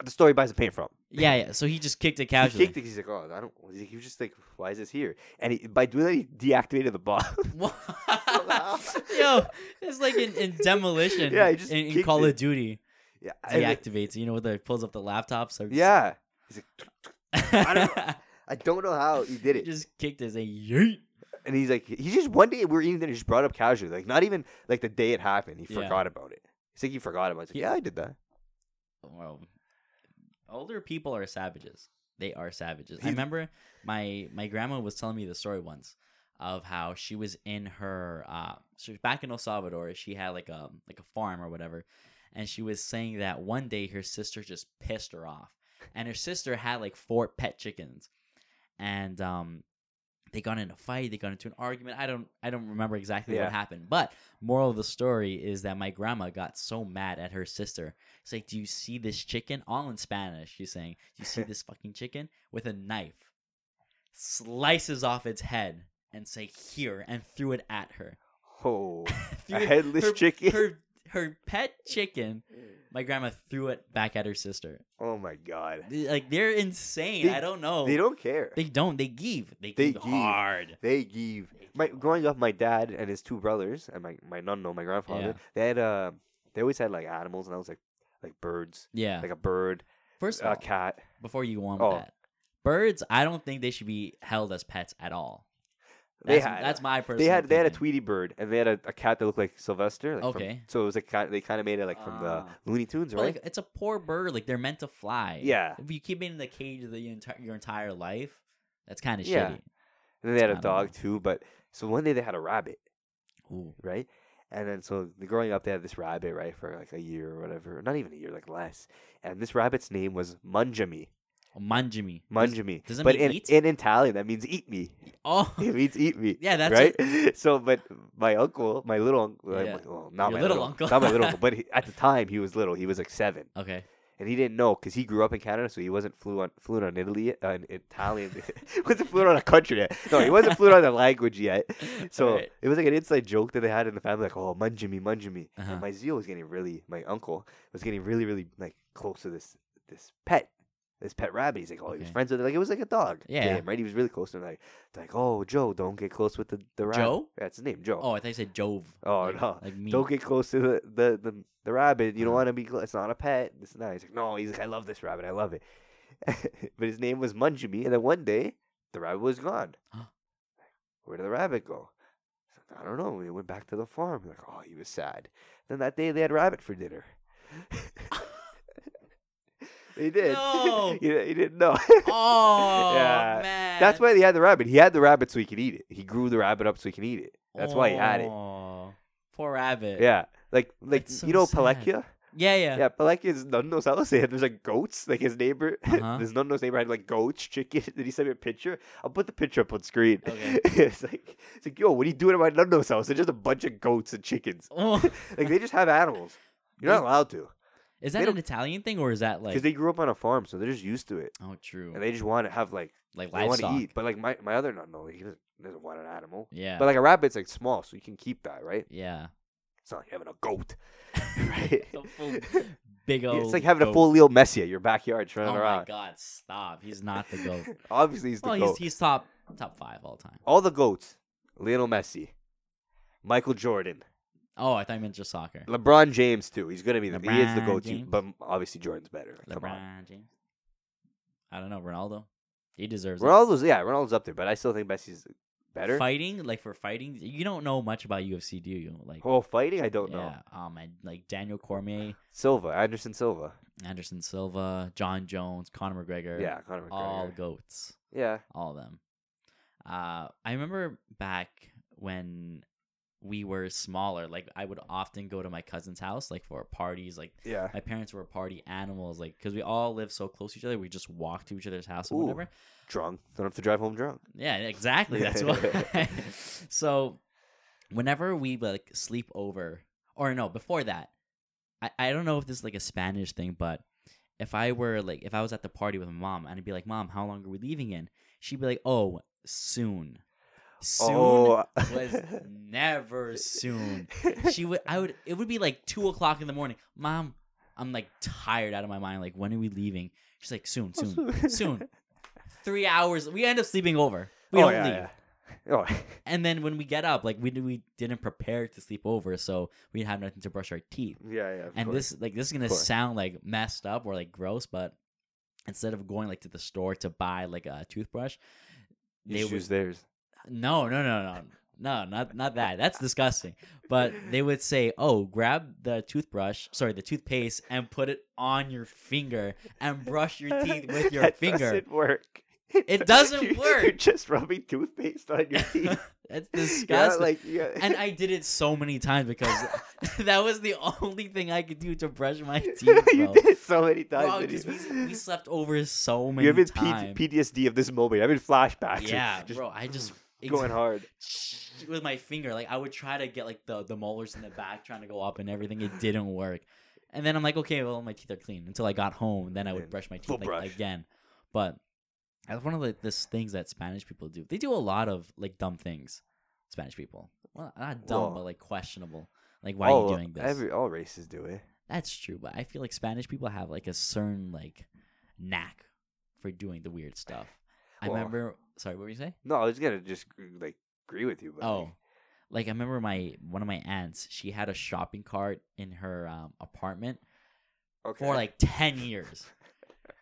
[SPEAKER 2] the store he buys the paint from.
[SPEAKER 1] Yeah, yeah. So he just kicked it
[SPEAKER 2] He
[SPEAKER 1] casually.
[SPEAKER 2] kicked it. He's like, oh, I don't. He's like, he was just like, why is this here? And he, by doing that, he deactivated the bomb. <laughs>
[SPEAKER 1] <laughs> Wha-
[SPEAKER 2] Wow.
[SPEAKER 1] Yo, it's like in, in demolition.
[SPEAKER 2] Yeah, he just
[SPEAKER 1] in, in
[SPEAKER 2] kicked
[SPEAKER 1] Call
[SPEAKER 2] it.
[SPEAKER 1] of Duty
[SPEAKER 2] yeah, and it-
[SPEAKER 1] deactivates. You know, where it pulls up the laptops. Or <laughs>
[SPEAKER 2] yeah. He's like, I don't- I don't know how he did
[SPEAKER 1] he
[SPEAKER 2] it.
[SPEAKER 1] just kicked it. Say yeet.
[SPEAKER 2] and he's like, he just one day we were eating dinner, he just brought up casually, like not even like the day it happened. He
[SPEAKER 1] Yeah.
[SPEAKER 2] forgot about it. He's like, he forgot about it. He's like, yeah, I did that.
[SPEAKER 1] Well, older people are savages. They are savages. I
[SPEAKER 2] He-
[SPEAKER 1] remember my my grandma was telling me the story once of how she was in her uh so back in El Salvador, she had like a like a farm or whatever, and she was saying that one day her sister just pissed her off. And her sister had like four pet chickens. And um they got in a fight, they got into an argument. I don't I don't remember exactly
[SPEAKER 2] Yeah.
[SPEAKER 1] what happened. But moral of the story is that my grandma got so mad at her sister it's like, do you see this chicken? All in Spanish, she's saying, do you see this fucking chicken? With a knife, slices off its head and say, here, and threw it at her. <laughs>
[SPEAKER 2] Oh,
[SPEAKER 1] Threw
[SPEAKER 2] <laughs> a
[SPEAKER 1] it-
[SPEAKER 2] headless
[SPEAKER 1] her,
[SPEAKER 2] chicken.
[SPEAKER 1] Her, her pet chicken, my grandma threw it back at her sister.
[SPEAKER 2] oh my god,
[SPEAKER 1] They- Like, they're insane.
[SPEAKER 2] They-
[SPEAKER 1] I don't know.
[SPEAKER 2] they don't care.
[SPEAKER 1] Oh. They don't. They give. They,
[SPEAKER 2] They
[SPEAKER 1] give
[SPEAKER 2] give.
[SPEAKER 1] hard.
[SPEAKER 2] They give. My growing up, my dad and his two brothers and my my nonno, my grandfather,
[SPEAKER 1] Yeah.
[SPEAKER 2] they had uh, they always had like animals, and I was like, like birds,
[SPEAKER 1] Yeah.
[SPEAKER 2] like a bird,
[SPEAKER 1] First of
[SPEAKER 2] a
[SPEAKER 1] all,
[SPEAKER 2] cat.
[SPEAKER 1] before you go on with
[SPEAKER 2] Oh.
[SPEAKER 1] that, birds, I don't think they should be held as pets at all.
[SPEAKER 2] They
[SPEAKER 1] That's,
[SPEAKER 2] had-
[SPEAKER 1] that's my personal
[SPEAKER 2] They had they had a
[SPEAKER 1] opinion.
[SPEAKER 2] Tweety bird and they had a, a cat that looked like Sylvester. Like from-
[SPEAKER 1] Okay.
[SPEAKER 2] so it was like kind they kind of made it like from
[SPEAKER 1] Ah.
[SPEAKER 2] the Looney Tunes,
[SPEAKER 1] But
[SPEAKER 2] right?
[SPEAKER 1] like, it's a poor bird. Like they're meant to fly.
[SPEAKER 2] Yeah.
[SPEAKER 1] If you keep it in the cage the entire your entire life, that's kind of
[SPEAKER 2] Yeah.
[SPEAKER 1] shitty.
[SPEAKER 2] And then they had
[SPEAKER 1] I
[SPEAKER 2] a
[SPEAKER 1] don't
[SPEAKER 2] dog
[SPEAKER 1] know.
[SPEAKER 2] too, but so one day they had a rabbit,
[SPEAKER 1] Ooh.
[SPEAKER 2] right? And then so the- growing up, they had this rabbit right for like a year or whatever, not even a year, like less. And this rabbit's name was Munjami.
[SPEAKER 1] Manjimi.
[SPEAKER 2] Munjami.
[SPEAKER 1] does it
[SPEAKER 2] but
[SPEAKER 1] mean
[SPEAKER 2] in,
[SPEAKER 1] eat?
[SPEAKER 2] in Italian, that means
[SPEAKER 1] <laughs>
[SPEAKER 2] eat me.
[SPEAKER 1] Oh,
[SPEAKER 2] It means eat me.
[SPEAKER 1] yeah, that's
[SPEAKER 2] right.
[SPEAKER 1] right.
[SPEAKER 2] <laughs> So, but my uncle, my little uncle, like,
[SPEAKER 1] Yeah.
[SPEAKER 2] my- well, not
[SPEAKER 1] Your
[SPEAKER 2] my
[SPEAKER 1] little
[SPEAKER 2] little
[SPEAKER 1] uncle.
[SPEAKER 2] not
[SPEAKER 1] <laughs>
[SPEAKER 2] my little uncle, but he, at the time he was little. He was like seven,
[SPEAKER 1] Okay.
[SPEAKER 2] and he didn't know because he grew up in Canada, so he wasn't fluent fluent on Italy uh, in Italian. <laughs> wasn't fluent on a country yet. No, he wasn't fluent on the language yet. So
[SPEAKER 1] Alright.
[SPEAKER 2] it was like an inside joke that they had in the family, like, "Oh, munjimi, munjimi."
[SPEAKER 1] Uh-huh.
[SPEAKER 2] And my zio was getting really, my uncle was getting really, really like close to this this pet, this pet rabbit. He's like, "Oh, he was
[SPEAKER 1] Okay.
[SPEAKER 2] friends with it, like it was like a dog." to
[SPEAKER 1] Yeah.
[SPEAKER 2] him, right. He was really close to him. Like, like, "Oh, Joe, don't get close with the the rabbit."
[SPEAKER 1] Joe?
[SPEAKER 2] That's his name, Joe.
[SPEAKER 1] Oh, I thought you said Jove.
[SPEAKER 2] Oh,
[SPEAKER 1] like,
[SPEAKER 2] no. <laughs>
[SPEAKER 1] Like me.
[SPEAKER 2] Don't get close to the the the, the rabbit. You don't
[SPEAKER 1] Uh-huh.
[SPEAKER 2] want to be. Cl- it's not a pet. It's not. He's like, no. He's like, I love this rabbit. I love it. <laughs> but his name was Munjumi, and then one day the rabbit was gone.
[SPEAKER 1] Huh.
[SPEAKER 2] Where did the rabbit go? He's like, I don't know. We went back to the farm. Like, oh, he was sad. Then that day they had rabbit for dinner. <laughs> they did.
[SPEAKER 1] <laughs> No.
[SPEAKER 2] <laughs> you, you didn't know.
[SPEAKER 1] <laughs> Oh,
[SPEAKER 2] <laughs> Yeah.
[SPEAKER 1] man.
[SPEAKER 2] That's why he had the rabbit. He had the rabbit so he could eat it. He grew the rabbit up so he can eat it. That's why he had it.
[SPEAKER 1] Oh, Poor rabbit.
[SPEAKER 2] Yeah. Like, like
[SPEAKER 1] That's so
[SPEAKER 2] you know,
[SPEAKER 1] sad.
[SPEAKER 2] Pelekia.
[SPEAKER 1] Yeah, yeah.
[SPEAKER 2] Yeah, but like his nonno's house, they had there's like goats. Like his neighbor, <laughs>
[SPEAKER 1] Uh-huh.
[SPEAKER 2] his nonno's neighbor had like goats, chicken. <laughs> Then he sent me a picture. I'll put the picture up on screen.
[SPEAKER 1] Okay.
[SPEAKER 2] <laughs> it's like it's like yo, what are you doing at my nonno's house? They're just a bunch of goats and chickens.
[SPEAKER 1] <laughs> Oh,
[SPEAKER 2] Like they just have animals. You're not
[SPEAKER 1] They-
[SPEAKER 2] allowed to
[SPEAKER 1] is
[SPEAKER 2] They
[SPEAKER 1] that
[SPEAKER 2] don't-
[SPEAKER 1] an Italian thing or is that
[SPEAKER 2] because
[SPEAKER 1] like
[SPEAKER 2] they grew up on a farm, so they're just used to it,
[SPEAKER 1] oh true
[SPEAKER 2] and they just want to have like
[SPEAKER 1] like
[SPEAKER 2] they want
[SPEAKER 1] livestock?
[SPEAKER 2] to eat. But like my my other nonno, like, he doesn't, doesn't want an animal.
[SPEAKER 1] Yeah,
[SPEAKER 2] But like a rabbit's like small, so you can keep that, right?
[SPEAKER 1] yeah.
[SPEAKER 2] It's not like having a
[SPEAKER 1] <laughs>
[SPEAKER 2] goat, <laughs> right? <laughs>
[SPEAKER 1] The full big old.
[SPEAKER 2] It's like having a
[SPEAKER 1] goat.
[SPEAKER 2] full Leo Messi at your backyard
[SPEAKER 1] Oh
[SPEAKER 2] running
[SPEAKER 1] my
[SPEAKER 2] around.
[SPEAKER 1] god! Stop. He's not the goat.
[SPEAKER 2] Obviously, <laughs> he's the
[SPEAKER 1] well,
[SPEAKER 2] goat.
[SPEAKER 1] he's he's top top five all time.
[SPEAKER 2] All the goats: Lionel Messi, Michael Jordan,
[SPEAKER 1] Oh, I thought you meant just soccer.
[SPEAKER 2] LeBron James too. He's gonna be the, he is the
[SPEAKER 1] LeBron
[SPEAKER 2] goat,
[SPEAKER 1] James.
[SPEAKER 2] but obviously Jordan's better. Come on,
[SPEAKER 1] LeBron James. I don't know Ronaldo. He deserves it.
[SPEAKER 2] Ronaldo's yeah, Ronaldo's up there, but I still think Messi's better.
[SPEAKER 1] Fighting like for fighting, you don't know much about UFC, do you? Like,
[SPEAKER 2] Oh, fighting, I don't know.
[SPEAKER 1] yeah. Oh man, like Daniel Cormier,
[SPEAKER 2] Silva, Anderson Silva,
[SPEAKER 1] Anderson Silva, John Jones, Conor McGregor.
[SPEAKER 2] yeah, Conor McGregor,
[SPEAKER 1] all goats.
[SPEAKER 2] yeah,
[SPEAKER 1] all of them. Uh, I remember back when we were smaller, like I would often go to my cousin's house, like for parties. Like
[SPEAKER 2] yeah.
[SPEAKER 1] my parents were party animals, like because we all live so close to each other, we just walk to each other's house
[SPEAKER 2] Ooh.
[SPEAKER 1] or whatever.
[SPEAKER 2] Drunk, don't have to drive home drunk.
[SPEAKER 1] Yeah, exactly. That's why. <laughs> so, whenever we like sleep over, or no, before that, I, I don't know if this is like a Spanish thing, but if I were like, if I was at the party with my mom and I'd be like, Mom, how long are we leaving in? She'd be like, Oh, soon. Soon
[SPEAKER 2] Oh.
[SPEAKER 1] was never soon.
[SPEAKER 2] <laughs>
[SPEAKER 1] She would, I would, it would be like two o'clock in the morning. Mom, I'm like tired out of my mind. Like, when are we leaving? She's like, Soon,
[SPEAKER 2] Oh,
[SPEAKER 1] soon, soon. <laughs> Three hours. We end up sleeping over. We
[SPEAKER 2] oh,
[SPEAKER 1] don't
[SPEAKER 2] yeah,
[SPEAKER 1] leave.
[SPEAKER 2] yeah. Oh, <laughs>
[SPEAKER 1] And then when we get up, like we we didn't prepare to sleep over, so we didn't have nothing to brush our teeth.
[SPEAKER 2] yeah, yeah. of
[SPEAKER 1] And
[SPEAKER 2] course.
[SPEAKER 1] this like this is gonna
[SPEAKER 2] course.
[SPEAKER 1] sound like messed up or like gross, but instead of going like to the store to buy like a toothbrush,
[SPEAKER 2] you
[SPEAKER 1] they
[SPEAKER 2] just
[SPEAKER 1] would
[SPEAKER 2] use theirs.
[SPEAKER 1] no no no no no not not that that's disgusting. But they would say, "Oh, grab the toothbrush, sorry, the toothpaste, and put it on your finger and brush your teeth
[SPEAKER 2] <laughs>
[SPEAKER 1] with your
[SPEAKER 2] That
[SPEAKER 1] finger."
[SPEAKER 2] Doesn't work.
[SPEAKER 1] <laughs> It doesn't
[SPEAKER 2] You're
[SPEAKER 1] work.
[SPEAKER 2] just rubbing toothpaste on
[SPEAKER 1] <laughs>
[SPEAKER 2] your teeth. <laughs>
[SPEAKER 1] that's
[SPEAKER 2] Yeah,
[SPEAKER 1] disgusting.
[SPEAKER 2] like yeah.
[SPEAKER 1] <laughs> and
[SPEAKER 2] <laughs>
[SPEAKER 1] I did it so many times because <laughs> that was the only thing I could do to brush my teeth. Bro.
[SPEAKER 2] <laughs> you did it so many
[SPEAKER 1] Bro,
[SPEAKER 2] times. didn't
[SPEAKER 1] 'cause
[SPEAKER 2] you?
[SPEAKER 1] we,
[SPEAKER 2] <laughs>
[SPEAKER 1] we slept over so many
[SPEAKER 2] you have been
[SPEAKER 1] times.
[SPEAKER 2] P- PTSD of this moment. I've been flashbacks.
[SPEAKER 1] yeah,
[SPEAKER 2] just
[SPEAKER 1] bro, I just
[SPEAKER 2] going hard.
[SPEAKER 1] with my finger, like I would try to get like the the molars in the back, trying to go up and everything. It didn't work, and then I'm like, okay, well my teeth are clean. Until I got home, then I
[SPEAKER 2] Then
[SPEAKER 1] would brush my teeth
[SPEAKER 2] full
[SPEAKER 1] like,
[SPEAKER 2] brush.
[SPEAKER 1] again. But that's one of the this things that Spanish people do. They do a lot of like dumb things. Spanish people, well, not dumb,
[SPEAKER 2] Well-
[SPEAKER 1] but like questionable. Like, why
[SPEAKER 2] all,
[SPEAKER 1] are you doing this?
[SPEAKER 2] Every, all races do it.
[SPEAKER 1] That's true, but I feel like Spanish people have like a certain like knack for doing the weird stuff. I
[SPEAKER 2] Well-
[SPEAKER 1] remember. Sorry, what were you saying?
[SPEAKER 2] No, I was gonna just like agree with you. But, like,
[SPEAKER 1] Oh, like I remember my one of my aunts. She had a shopping cart in her um, apartment
[SPEAKER 2] okay.
[SPEAKER 1] for like ten years.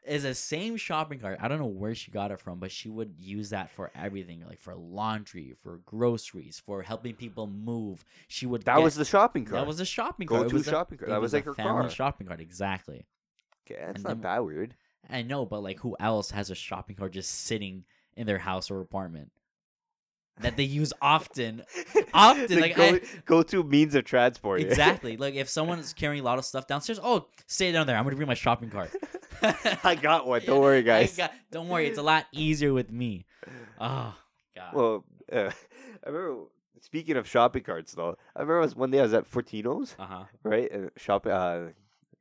[SPEAKER 1] It's the same shopping cart. I don't know where she got it from, but she would use that for everything, like for laundry, for groceries, for helping people move. She would.
[SPEAKER 2] that
[SPEAKER 1] get-
[SPEAKER 2] was the shopping cart.
[SPEAKER 1] that was a shopping cart. It
[SPEAKER 2] go to
[SPEAKER 1] was a-
[SPEAKER 2] shopping cart.
[SPEAKER 1] it
[SPEAKER 2] That was like
[SPEAKER 1] a
[SPEAKER 2] her
[SPEAKER 1] family
[SPEAKER 2] car.
[SPEAKER 1] shopping cart, exactly.
[SPEAKER 2] okay, that's
[SPEAKER 1] and
[SPEAKER 2] not
[SPEAKER 1] then-
[SPEAKER 2] that weird.
[SPEAKER 1] I know, but like, who else has a shopping cart just sitting in their house or apartment? that they use often. <laughs> Often,
[SPEAKER 2] <laughs> The
[SPEAKER 1] like,
[SPEAKER 2] go,
[SPEAKER 1] I-
[SPEAKER 2] go-to means of transport. <laughs> yeah.
[SPEAKER 1] exactly. Like if someone's carrying a lot of stuff downstairs, oh, stay down there. I'm gonna bring my shopping
[SPEAKER 2] <laughs>
[SPEAKER 1] cart. <laughs>
[SPEAKER 2] I got one. Don't worry,
[SPEAKER 1] I
[SPEAKER 2] guys.
[SPEAKER 1] got- don't worry, it's a lot easier with me.
[SPEAKER 2] <laughs>
[SPEAKER 1] Oh God.
[SPEAKER 2] Well, <laughs> uh, I remember. Speaking of shopping carts, though, I remember I was, one day I was at Fortino's,
[SPEAKER 1] uh huh.
[SPEAKER 2] right? Uh, shop, uh,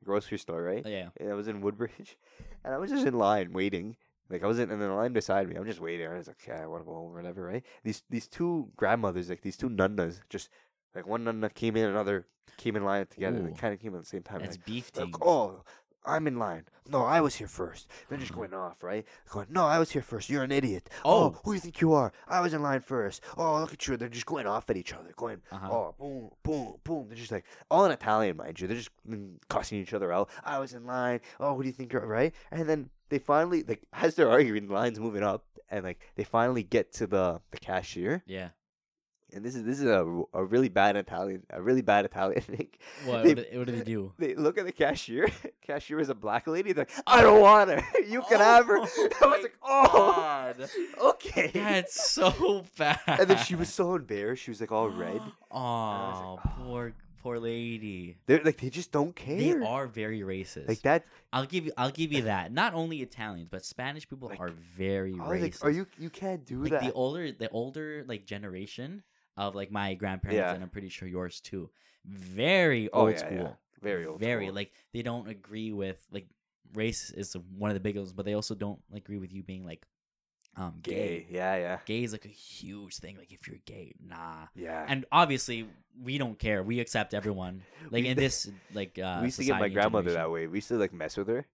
[SPEAKER 2] grocery store, right?
[SPEAKER 1] Oh, Yeah.
[SPEAKER 2] and I was in Woodbridge, <laughs> and I was just in line waiting. Like I wasn't in the line beside me. I'm just waiting. I was like, okay, I want to go home or whatever, right? These these two grandmothers, like these two nunnas, just like one nunna came in, another came in line together. and
[SPEAKER 1] Ooh.
[SPEAKER 2] They kind of came at the same time.
[SPEAKER 1] That's
[SPEAKER 2] like,
[SPEAKER 1] beef
[SPEAKER 2] like,
[SPEAKER 1] team.
[SPEAKER 2] oh, I'm in line. No, I was here first. They're just going off, right? Going, no, I was here first. You're an idiot.
[SPEAKER 1] Mm-hmm. Oh.
[SPEAKER 2] who do you think you are? I was in line first. Oh, look at you. They're just going off at each other. Going,
[SPEAKER 1] Uh-huh.
[SPEAKER 2] oh, boom, boom, boom. They're just like all in Italian, mind you. They're just mm, cussing each other out. I was in line. Oh, who do you think you're right? And then they finally like as they're arguing, the line's moving up, and like they finally get to the the cashier.
[SPEAKER 1] Yeah.
[SPEAKER 2] And this is this is a, a really bad Italian, a really bad Italian. <laughs> thing.
[SPEAKER 1] What?
[SPEAKER 2] They-
[SPEAKER 1] What do, what do they do?
[SPEAKER 2] they look at the cashier. <laughs> Cashier is a black lady. They're like, I don't want her. <laughs> You can have her. <laughs> I
[SPEAKER 1] Oh
[SPEAKER 2] was
[SPEAKER 1] my
[SPEAKER 2] like, <laughs> oh,
[SPEAKER 1] God.
[SPEAKER 2] <laughs> okay.
[SPEAKER 1] That's
[SPEAKER 2] <laughs>
[SPEAKER 1] so bad.
[SPEAKER 2] And then she was so embarrassed. She was like all
[SPEAKER 1] <gasps>
[SPEAKER 2] red.
[SPEAKER 1] Oh,
[SPEAKER 2] "Oh."
[SPEAKER 1] poor poor lady.
[SPEAKER 2] They're like they just don't care.
[SPEAKER 1] They are very racist.
[SPEAKER 2] like that.
[SPEAKER 1] I'll give you. I'll give you that. Not only Italians, but Spanish people
[SPEAKER 2] Like,
[SPEAKER 1] are very
[SPEAKER 2] I was
[SPEAKER 1] racist.
[SPEAKER 2] like, are you? You can't do
[SPEAKER 1] like
[SPEAKER 2] that.
[SPEAKER 1] the older the older like generation of like my grandparents
[SPEAKER 2] Yeah.
[SPEAKER 1] and I'm pretty sure yours too. Very
[SPEAKER 2] Oh,
[SPEAKER 1] old
[SPEAKER 2] yeah,
[SPEAKER 1] school.
[SPEAKER 2] yeah. very old.
[SPEAKER 1] Very
[SPEAKER 2] school.
[SPEAKER 1] like they don't agree with like race is one of the big ones, but they also don't like, agree with you being like um gay.
[SPEAKER 2] gay. Yeah, yeah,
[SPEAKER 1] Gay is like a huge thing. Like if you're gay, nah.
[SPEAKER 2] yeah.
[SPEAKER 1] And obviously we don't care. We accept everyone.
[SPEAKER 2] <laughs>
[SPEAKER 1] Like
[SPEAKER 2] We-
[SPEAKER 1] in this like uh
[SPEAKER 2] we used to get my
[SPEAKER 1] society and
[SPEAKER 2] grandmother
[SPEAKER 1] generation.
[SPEAKER 2] that way. We used to like mess with her.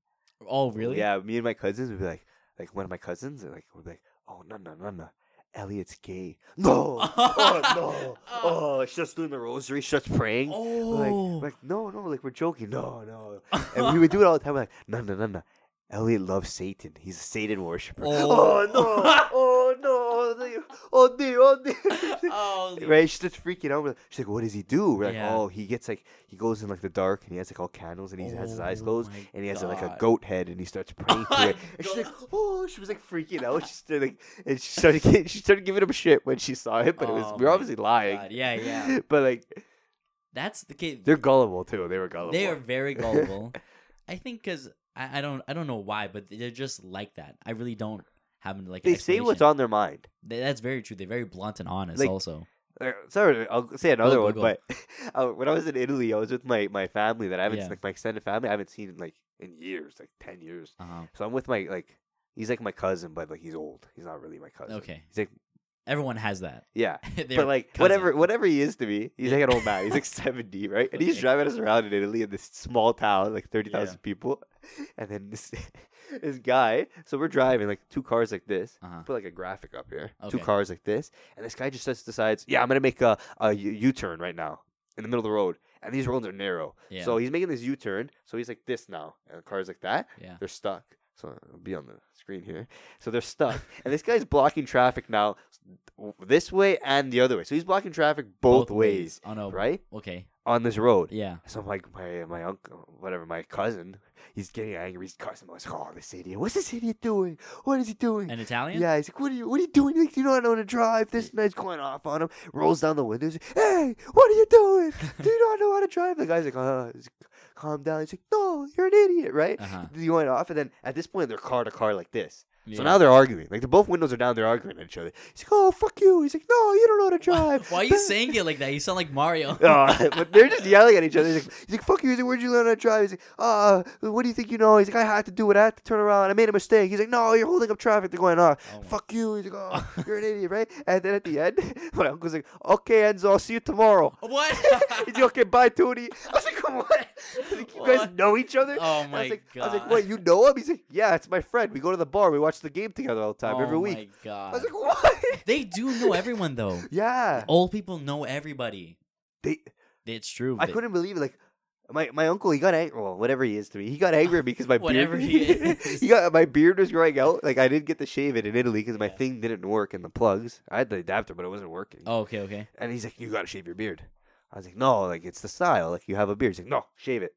[SPEAKER 1] Oh really?
[SPEAKER 2] Yeah, me and my cousins would be like, like one of my cousins, and like would be like, oh no no no no, Elliot's gay. No, oh
[SPEAKER 1] <laughs>
[SPEAKER 2] no, oh she's just doing the rosary, she's just praying.
[SPEAKER 1] Oh <laughs>
[SPEAKER 2] Like, like no no, like we're joking. No no, and we <laughs> would do it all the time. We're like no no no no, Elliot loves Satan. He's a Satan worshiper.
[SPEAKER 1] Oh. <laughs>
[SPEAKER 2] <laughs> Oh, no, oh no, oh dear, oh dear, oh
[SPEAKER 1] <laughs>
[SPEAKER 2] dear. <laughs>
[SPEAKER 1] Oh,
[SPEAKER 2] Right, she's just freaking out. We're like- She's like, "What does he do?" We're like,
[SPEAKER 1] Yeah.
[SPEAKER 2] "Oh, he gets like he goes in like the dark and he has like all candles and he has his eyes
[SPEAKER 1] Oh
[SPEAKER 2] closed
[SPEAKER 1] my
[SPEAKER 2] and he has like a
[SPEAKER 1] God.
[SPEAKER 2] goat head and he starts praying to
[SPEAKER 1] <laughs>
[SPEAKER 2] it." And she's like,
[SPEAKER 1] God.
[SPEAKER 2] "Oh!" She was like freaking out. She started like, and she started getting, she started giving him shit when she saw it, but it was
[SPEAKER 1] Oh
[SPEAKER 2] we we're
[SPEAKER 1] my
[SPEAKER 2] obviously lying.
[SPEAKER 1] God, yeah, yeah.
[SPEAKER 2] <laughs> but like
[SPEAKER 1] That's the case.
[SPEAKER 2] they're gullible too. They were gullible.
[SPEAKER 1] They are
[SPEAKER 2] <laughs>
[SPEAKER 1] very gullible. I think because I, I don't I don't know why, but they're just like that. I really don't have like. an
[SPEAKER 2] They say what's
[SPEAKER 1] explanation.
[SPEAKER 2] on their mind.
[SPEAKER 1] They- that's very true. They're very blunt and honest.
[SPEAKER 2] Like-
[SPEAKER 1] also,
[SPEAKER 2] Uh, Sorry, I'll say another
[SPEAKER 1] go,
[SPEAKER 2] one.
[SPEAKER 1] go.
[SPEAKER 2] But <laughs> uh, when I was in Italy, I was with my my family that I haven't
[SPEAKER 1] Yeah.
[SPEAKER 2] like my extended family I haven't seen in like in years, like ten years.
[SPEAKER 1] uh-huh.
[SPEAKER 2] So I'm with my like he's like my cousin, but like he's old. He's not really my cousin.
[SPEAKER 1] okay.
[SPEAKER 2] He's like
[SPEAKER 1] Everyone has that. <laughs>
[SPEAKER 2] yeah,
[SPEAKER 1] They're
[SPEAKER 2] but like
[SPEAKER 1] cousin.
[SPEAKER 2] whatever whatever he is to me, he's like an old man. He's
[SPEAKER 1] <laughs>
[SPEAKER 2] like seventy, right? And he's
[SPEAKER 1] Okay.
[SPEAKER 2] driving us around in Italy in this small town, like thirty thousand people, and then this <laughs> this guy. So we're driving like two cars like this.
[SPEAKER 1] Uh-huh.
[SPEAKER 2] Put like a graphic up here.
[SPEAKER 1] Okay.
[SPEAKER 2] Two cars like this, and this guy just just decides, yeah, I'm gonna make a a U turn right now in the middle of the road, and these roads are narrow.
[SPEAKER 1] Yeah.
[SPEAKER 2] So he's making this U turn. So he's like this now, and the car's like that
[SPEAKER 1] yeah.
[SPEAKER 2] they're stuck. So it'll be on the screen here. So they're stuck, and this guy's blocking traffic now, w- this way and the other way. So he's blocking traffic both, ways,
[SPEAKER 1] on a
[SPEAKER 2] right
[SPEAKER 1] Oh, Okay.
[SPEAKER 2] on this road.
[SPEAKER 1] Yeah.
[SPEAKER 2] So I'm like my my uncle, whatever, my cousin. He's getting angry. He's cussing. I was like, "Oh, this idiot! What's this idiot doing? What is he doing?"
[SPEAKER 1] An Italian.
[SPEAKER 2] Yeah, he's like, "What are you? What are you doing? Like, do you not know how to drive?" This guy's going off on him. Rolls down the windows. Hey, what are you
[SPEAKER 1] <laughs>
[SPEAKER 2] doing? Do you not know how to drive? The guy's like, "Uh, he's like, calm down." He's like, "No, you're an idiot, right?"
[SPEAKER 1] Uh-huh.
[SPEAKER 2] He went off, and then at this point, they're car to car like this.
[SPEAKER 1] Yeah.
[SPEAKER 2] So now they're arguing. Like the both windows are down. They're arguing at each other. He's like, "Oh, fuck you!" He's like, "No, you don't know how to drive."
[SPEAKER 1] <laughs> Why
[SPEAKER 2] <laughs>
[SPEAKER 1] are you saying it like that? You sound like Mario.
[SPEAKER 2] Oh, but they're just yelling at each other. He's like, he's like, fuck you. He's like, where'd you learn how to drive? He's like, uh, what do you think you know? He's like, I had to do it. I had to turn around. I made a mistake. He's like, no, you're holding up traffic. They're going, oh,
[SPEAKER 1] <laughs> Oh my-
[SPEAKER 2] fuck you. He's like, oh, you're an idiot, right? And then at the end, <laughs> my uncle's like, okay, Enzo, I'll see you tomorrow. <laughs>
[SPEAKER 1] <laughs> What?
[SPEAKER 2] He's like, okay, bye, Tootie. I was like, come on. Like, you guys
[SPEAKER 1] What?
[SPEAKER 2] know each other?
[SPEAKER 1] Oh
[SPEAKER 2] I
[SPEAKER 1] my
[SPEAKER 2] was like, I was like,
[SPEAKER 1] God.
[SPEAKER 2] what, you know him? He's like, yeah, it's my friend. We go to the bar. We watch the game together all the time,
[SPEAKER 1] oh
[SPEAKER 2] every week.
[SPEAKER 1] my
[SPEAKER 2] I
[SPEAKER 1] god.
[SPEAKER 2] was like, what? <laughs>
[SPEAKER 1] they do know everyone though.
[SPEAKER 2] yeah.
[SPEAKER 1] Old people know everybody.
[SPEAKER 2] They,
[SPEAKER 1] It's true.
[SPEAKER 2] I
[SPEAKER 1] They-
[SPEAKER 2] couldn't believe it. Like my, my uncle, he got angry. Well, whatever he is to me, he got angry because my
[SPEAKER 1] Whatever
[SPEAKER 2] beard.
[SPEAKER 1] he
[SPEAKER 2] <laughs>
[SPEAKER 1] is.
[SPEAKER 2] he got my beard was growing out. Like I didn't get to shave it in Italy because my
[SPEAKER 1] Yeah.
[SPEAKER 2] thing didn't work in the plugs. I had the adapter, but it wasn't working.
[SPEAKER 1] Oh, okay. Okay.
[SPEAKER 2] And he's like, "You gotta shave your beard." I was like, "No, like it's the style. Like you have a beard." He's like, "No, shave it."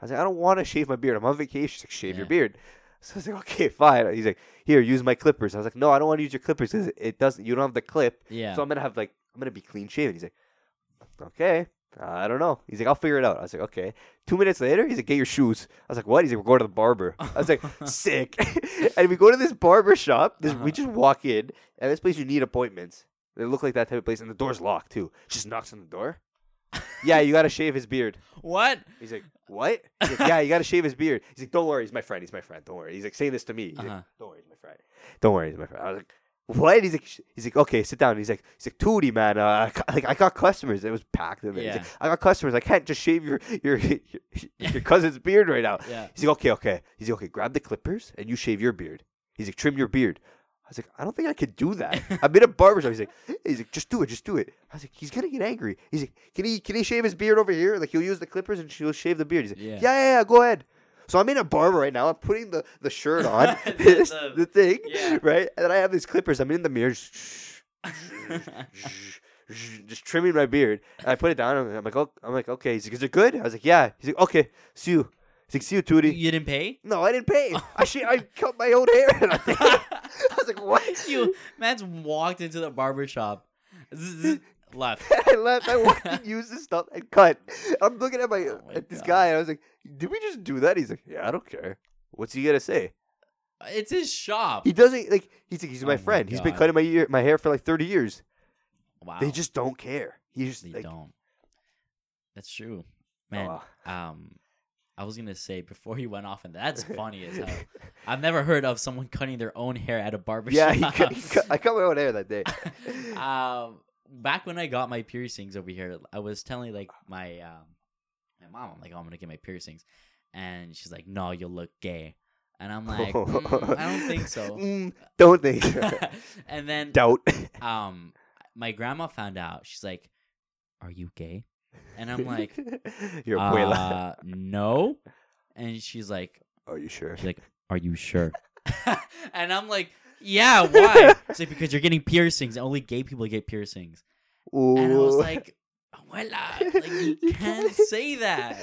[SPEAKER 2] I was like, "I don't want to shave my beard. I'm on vacation." He's like, "Shave your
[SPEAKER 1] Yeah.
[SPEAKER 2] beard." So I was like, okay, fine. He's like, here, use my clippers. I was like, no, I don't want to use your clippers because it doesn't. You don't have the clip,
[SPEAKER 1] Yeah.
[SPEAKER 2] so I'm gonna have like I'm gonna be clean shaven. He's like, okay, I don't know. He's like, I'll figure it out. I was like, okay. Two minutes later, he's like, get your shoes. I was like, what? He's like, we're going to the barber. I
[SPEAKER 1] <laughs>
[SPEAKER 2] was like, sick. <laughs> and we go to this barber shop. This,
[SPEAKER 1] Uh-huh.
[SPEAKER 2] We just walk in, and this place you need appointments. They look like that type of place, and the door's locked too. Just knocks on the door. yeah, you gotta shave his beard.
[SPEAKER 1] what?
[SPEAKER 2] He's like, what? He's like, yeah, you got to shave his beard. He's like, don't worry, he's my friend. He's my friend. Don't worry. He's like saying this to me. He's
[SPEAKER 1] Uh-huh.
[SPEAKER 2] like, don't worry, he's my friend. Don't worry, he's my friend. I was like, what? He's like, "Sh-" he's like, okay, sit down. He's like, he's like, Tootie, man. Uh, I ca- like, I got customers. It was packed. In there. He's
[SPEAKER 1] Yeah.
[SPEAKER 2] like, I got customers. I can't just shave your your <laughs> your, your cousin's beard right now.
[SPEAKER 1] Yeah.
[SPEAKER 2] He's like, okay, okay. He's like, okay, grab the clippers and you shave your beard. He's like, trim your beard. I was like, I don't think I could do
[SPEAKER 1] <laughs>
[SPEAKER 2] that. I'm in a barbershop. He's like, he's like, just do it, just do it. I was like, he's gonna get angry. He's like, can he can he shave his beard over here? Like he'll use the clippers and she'll shave the beard. He's like,
[SPEAKER 1] Yeah.
[SPEAKER 2] yeah, yeah, yeah, go ahead. So I'm in a barber right now. I'm putting the, the shirt on,
[SPEAKER 1] <laughs>
[SPEAKER 2] <laughs>
[SPEAKER 1] The-
[SPEAKER 2] this,
[SPEAKER 1] the-
[SPEAKER 2] the, thing,
[SPEAKER 1] yeah.
[SPEAKER 2] right? And I have these clippers. I'm in the mirror, just, <laughs> just trimming my beard. And I put it down. And I'm like, oh, I'm like, okay. He's like, is it good? I was like, yeah. He's like, okay. See you. He's like, see you,
[SPEAKER 1] <laughs>
[SPEAKER 2] Tootie.
[SPEAKER 1] you didn't pay?
[SPEAKER 2] No, I didn't pay. I sh-
[SPEAKER 1] <laughs>
[SPEAKER 2] I cut my own hair. And I, think, <laughs> I was like, what?
[SPEAKER 1] you man's walked into the barber shop. Zzz,
[SPEAKER 2] <laughs>
[SPEAKER 1] left.
[SPEAKER 2] <laughs> I left. I walked and used this stuff and cut. I'm looking at my,
[SPEAKER 1] Oh my
[SPEAKER 2] at this
[SPEAKER 1] God.
[SPEAKER 2] guy. And I was like, did we just do that? He's like, yeah, I don't care. What's he gonna say?
[SPEAKER 1] It's his shop.
[SPEAKER 2] He doesn't like. He's like, he's
[SPEAKER 1] Oh
[SPEAKER 2] my
[SPEAKER 1] my
[SPEAKER 2] friend. he's been
[SPEAKER 1] God.
[SPEAKER 2] cutting my ear, my hair for like 30 years.
[SPEAKER 1] Wow.
[SPEAKER 2] They just don't care. He just
[SPEAKER 1] They
[SPEAKER 2] like,
[SPEAKER 1] don't. That's true.
[SPEAKER 2] oh,
[SPEAKER 1] Man,
[SPEAKER 2] wow.
[SPEAKER 1] um I was gonna say before you went off and
[SPEAKER 2] <laughs>
[SPEAKER 1] that's funny as hell. I've never heard of someone cutting their own hair at a
[SPEAKER 2] yeah,
[SPEAKER 1] barbershop.
[SPEAKER 2] he
[SPEAKER 1] <laughs>
[SPEAKER 2] cut, he cut, I cut my own hair that day. <laughs>
[SPEAKER 1] um, back when I got my piercings over here, I was telling like my um, my mom, I'm like, oh, I'm gonna get my piercings, and she's like, no, you'll look gay, and I'm
[SPEAKER 2] <laughs>
[SPEAKER 1] like, "Mm, I don't think so. <laughs>
[SPEAKER 2] Mm, don't think. so. <laughs>
[SPEAKER 1] and then
[SPEAKER 2] Doubt.
[SPEAKER 1] um, my grandma found out. She's like, are you gay? And I'm like,
[SPEAKER 2] <laughs> your abuela.
[SPEAKER 1] uh, no. And she's like,
[SPEAKER 2] Are you sure?
[SPEAKER 1] she's like, are you sure? <laughs> and I'm like. Yeah, why? It's like because you're getting piercings. Only gay people get piercings. And I was
[SPEAKER 2] Ooh.
[SPEAKER 1] like, Abuela, like, you
[SPEAKER 2] <laughs> You
[SPEAKER 1] can't
[SPEAKER 2] can't.
[SPEAKER 1] say that.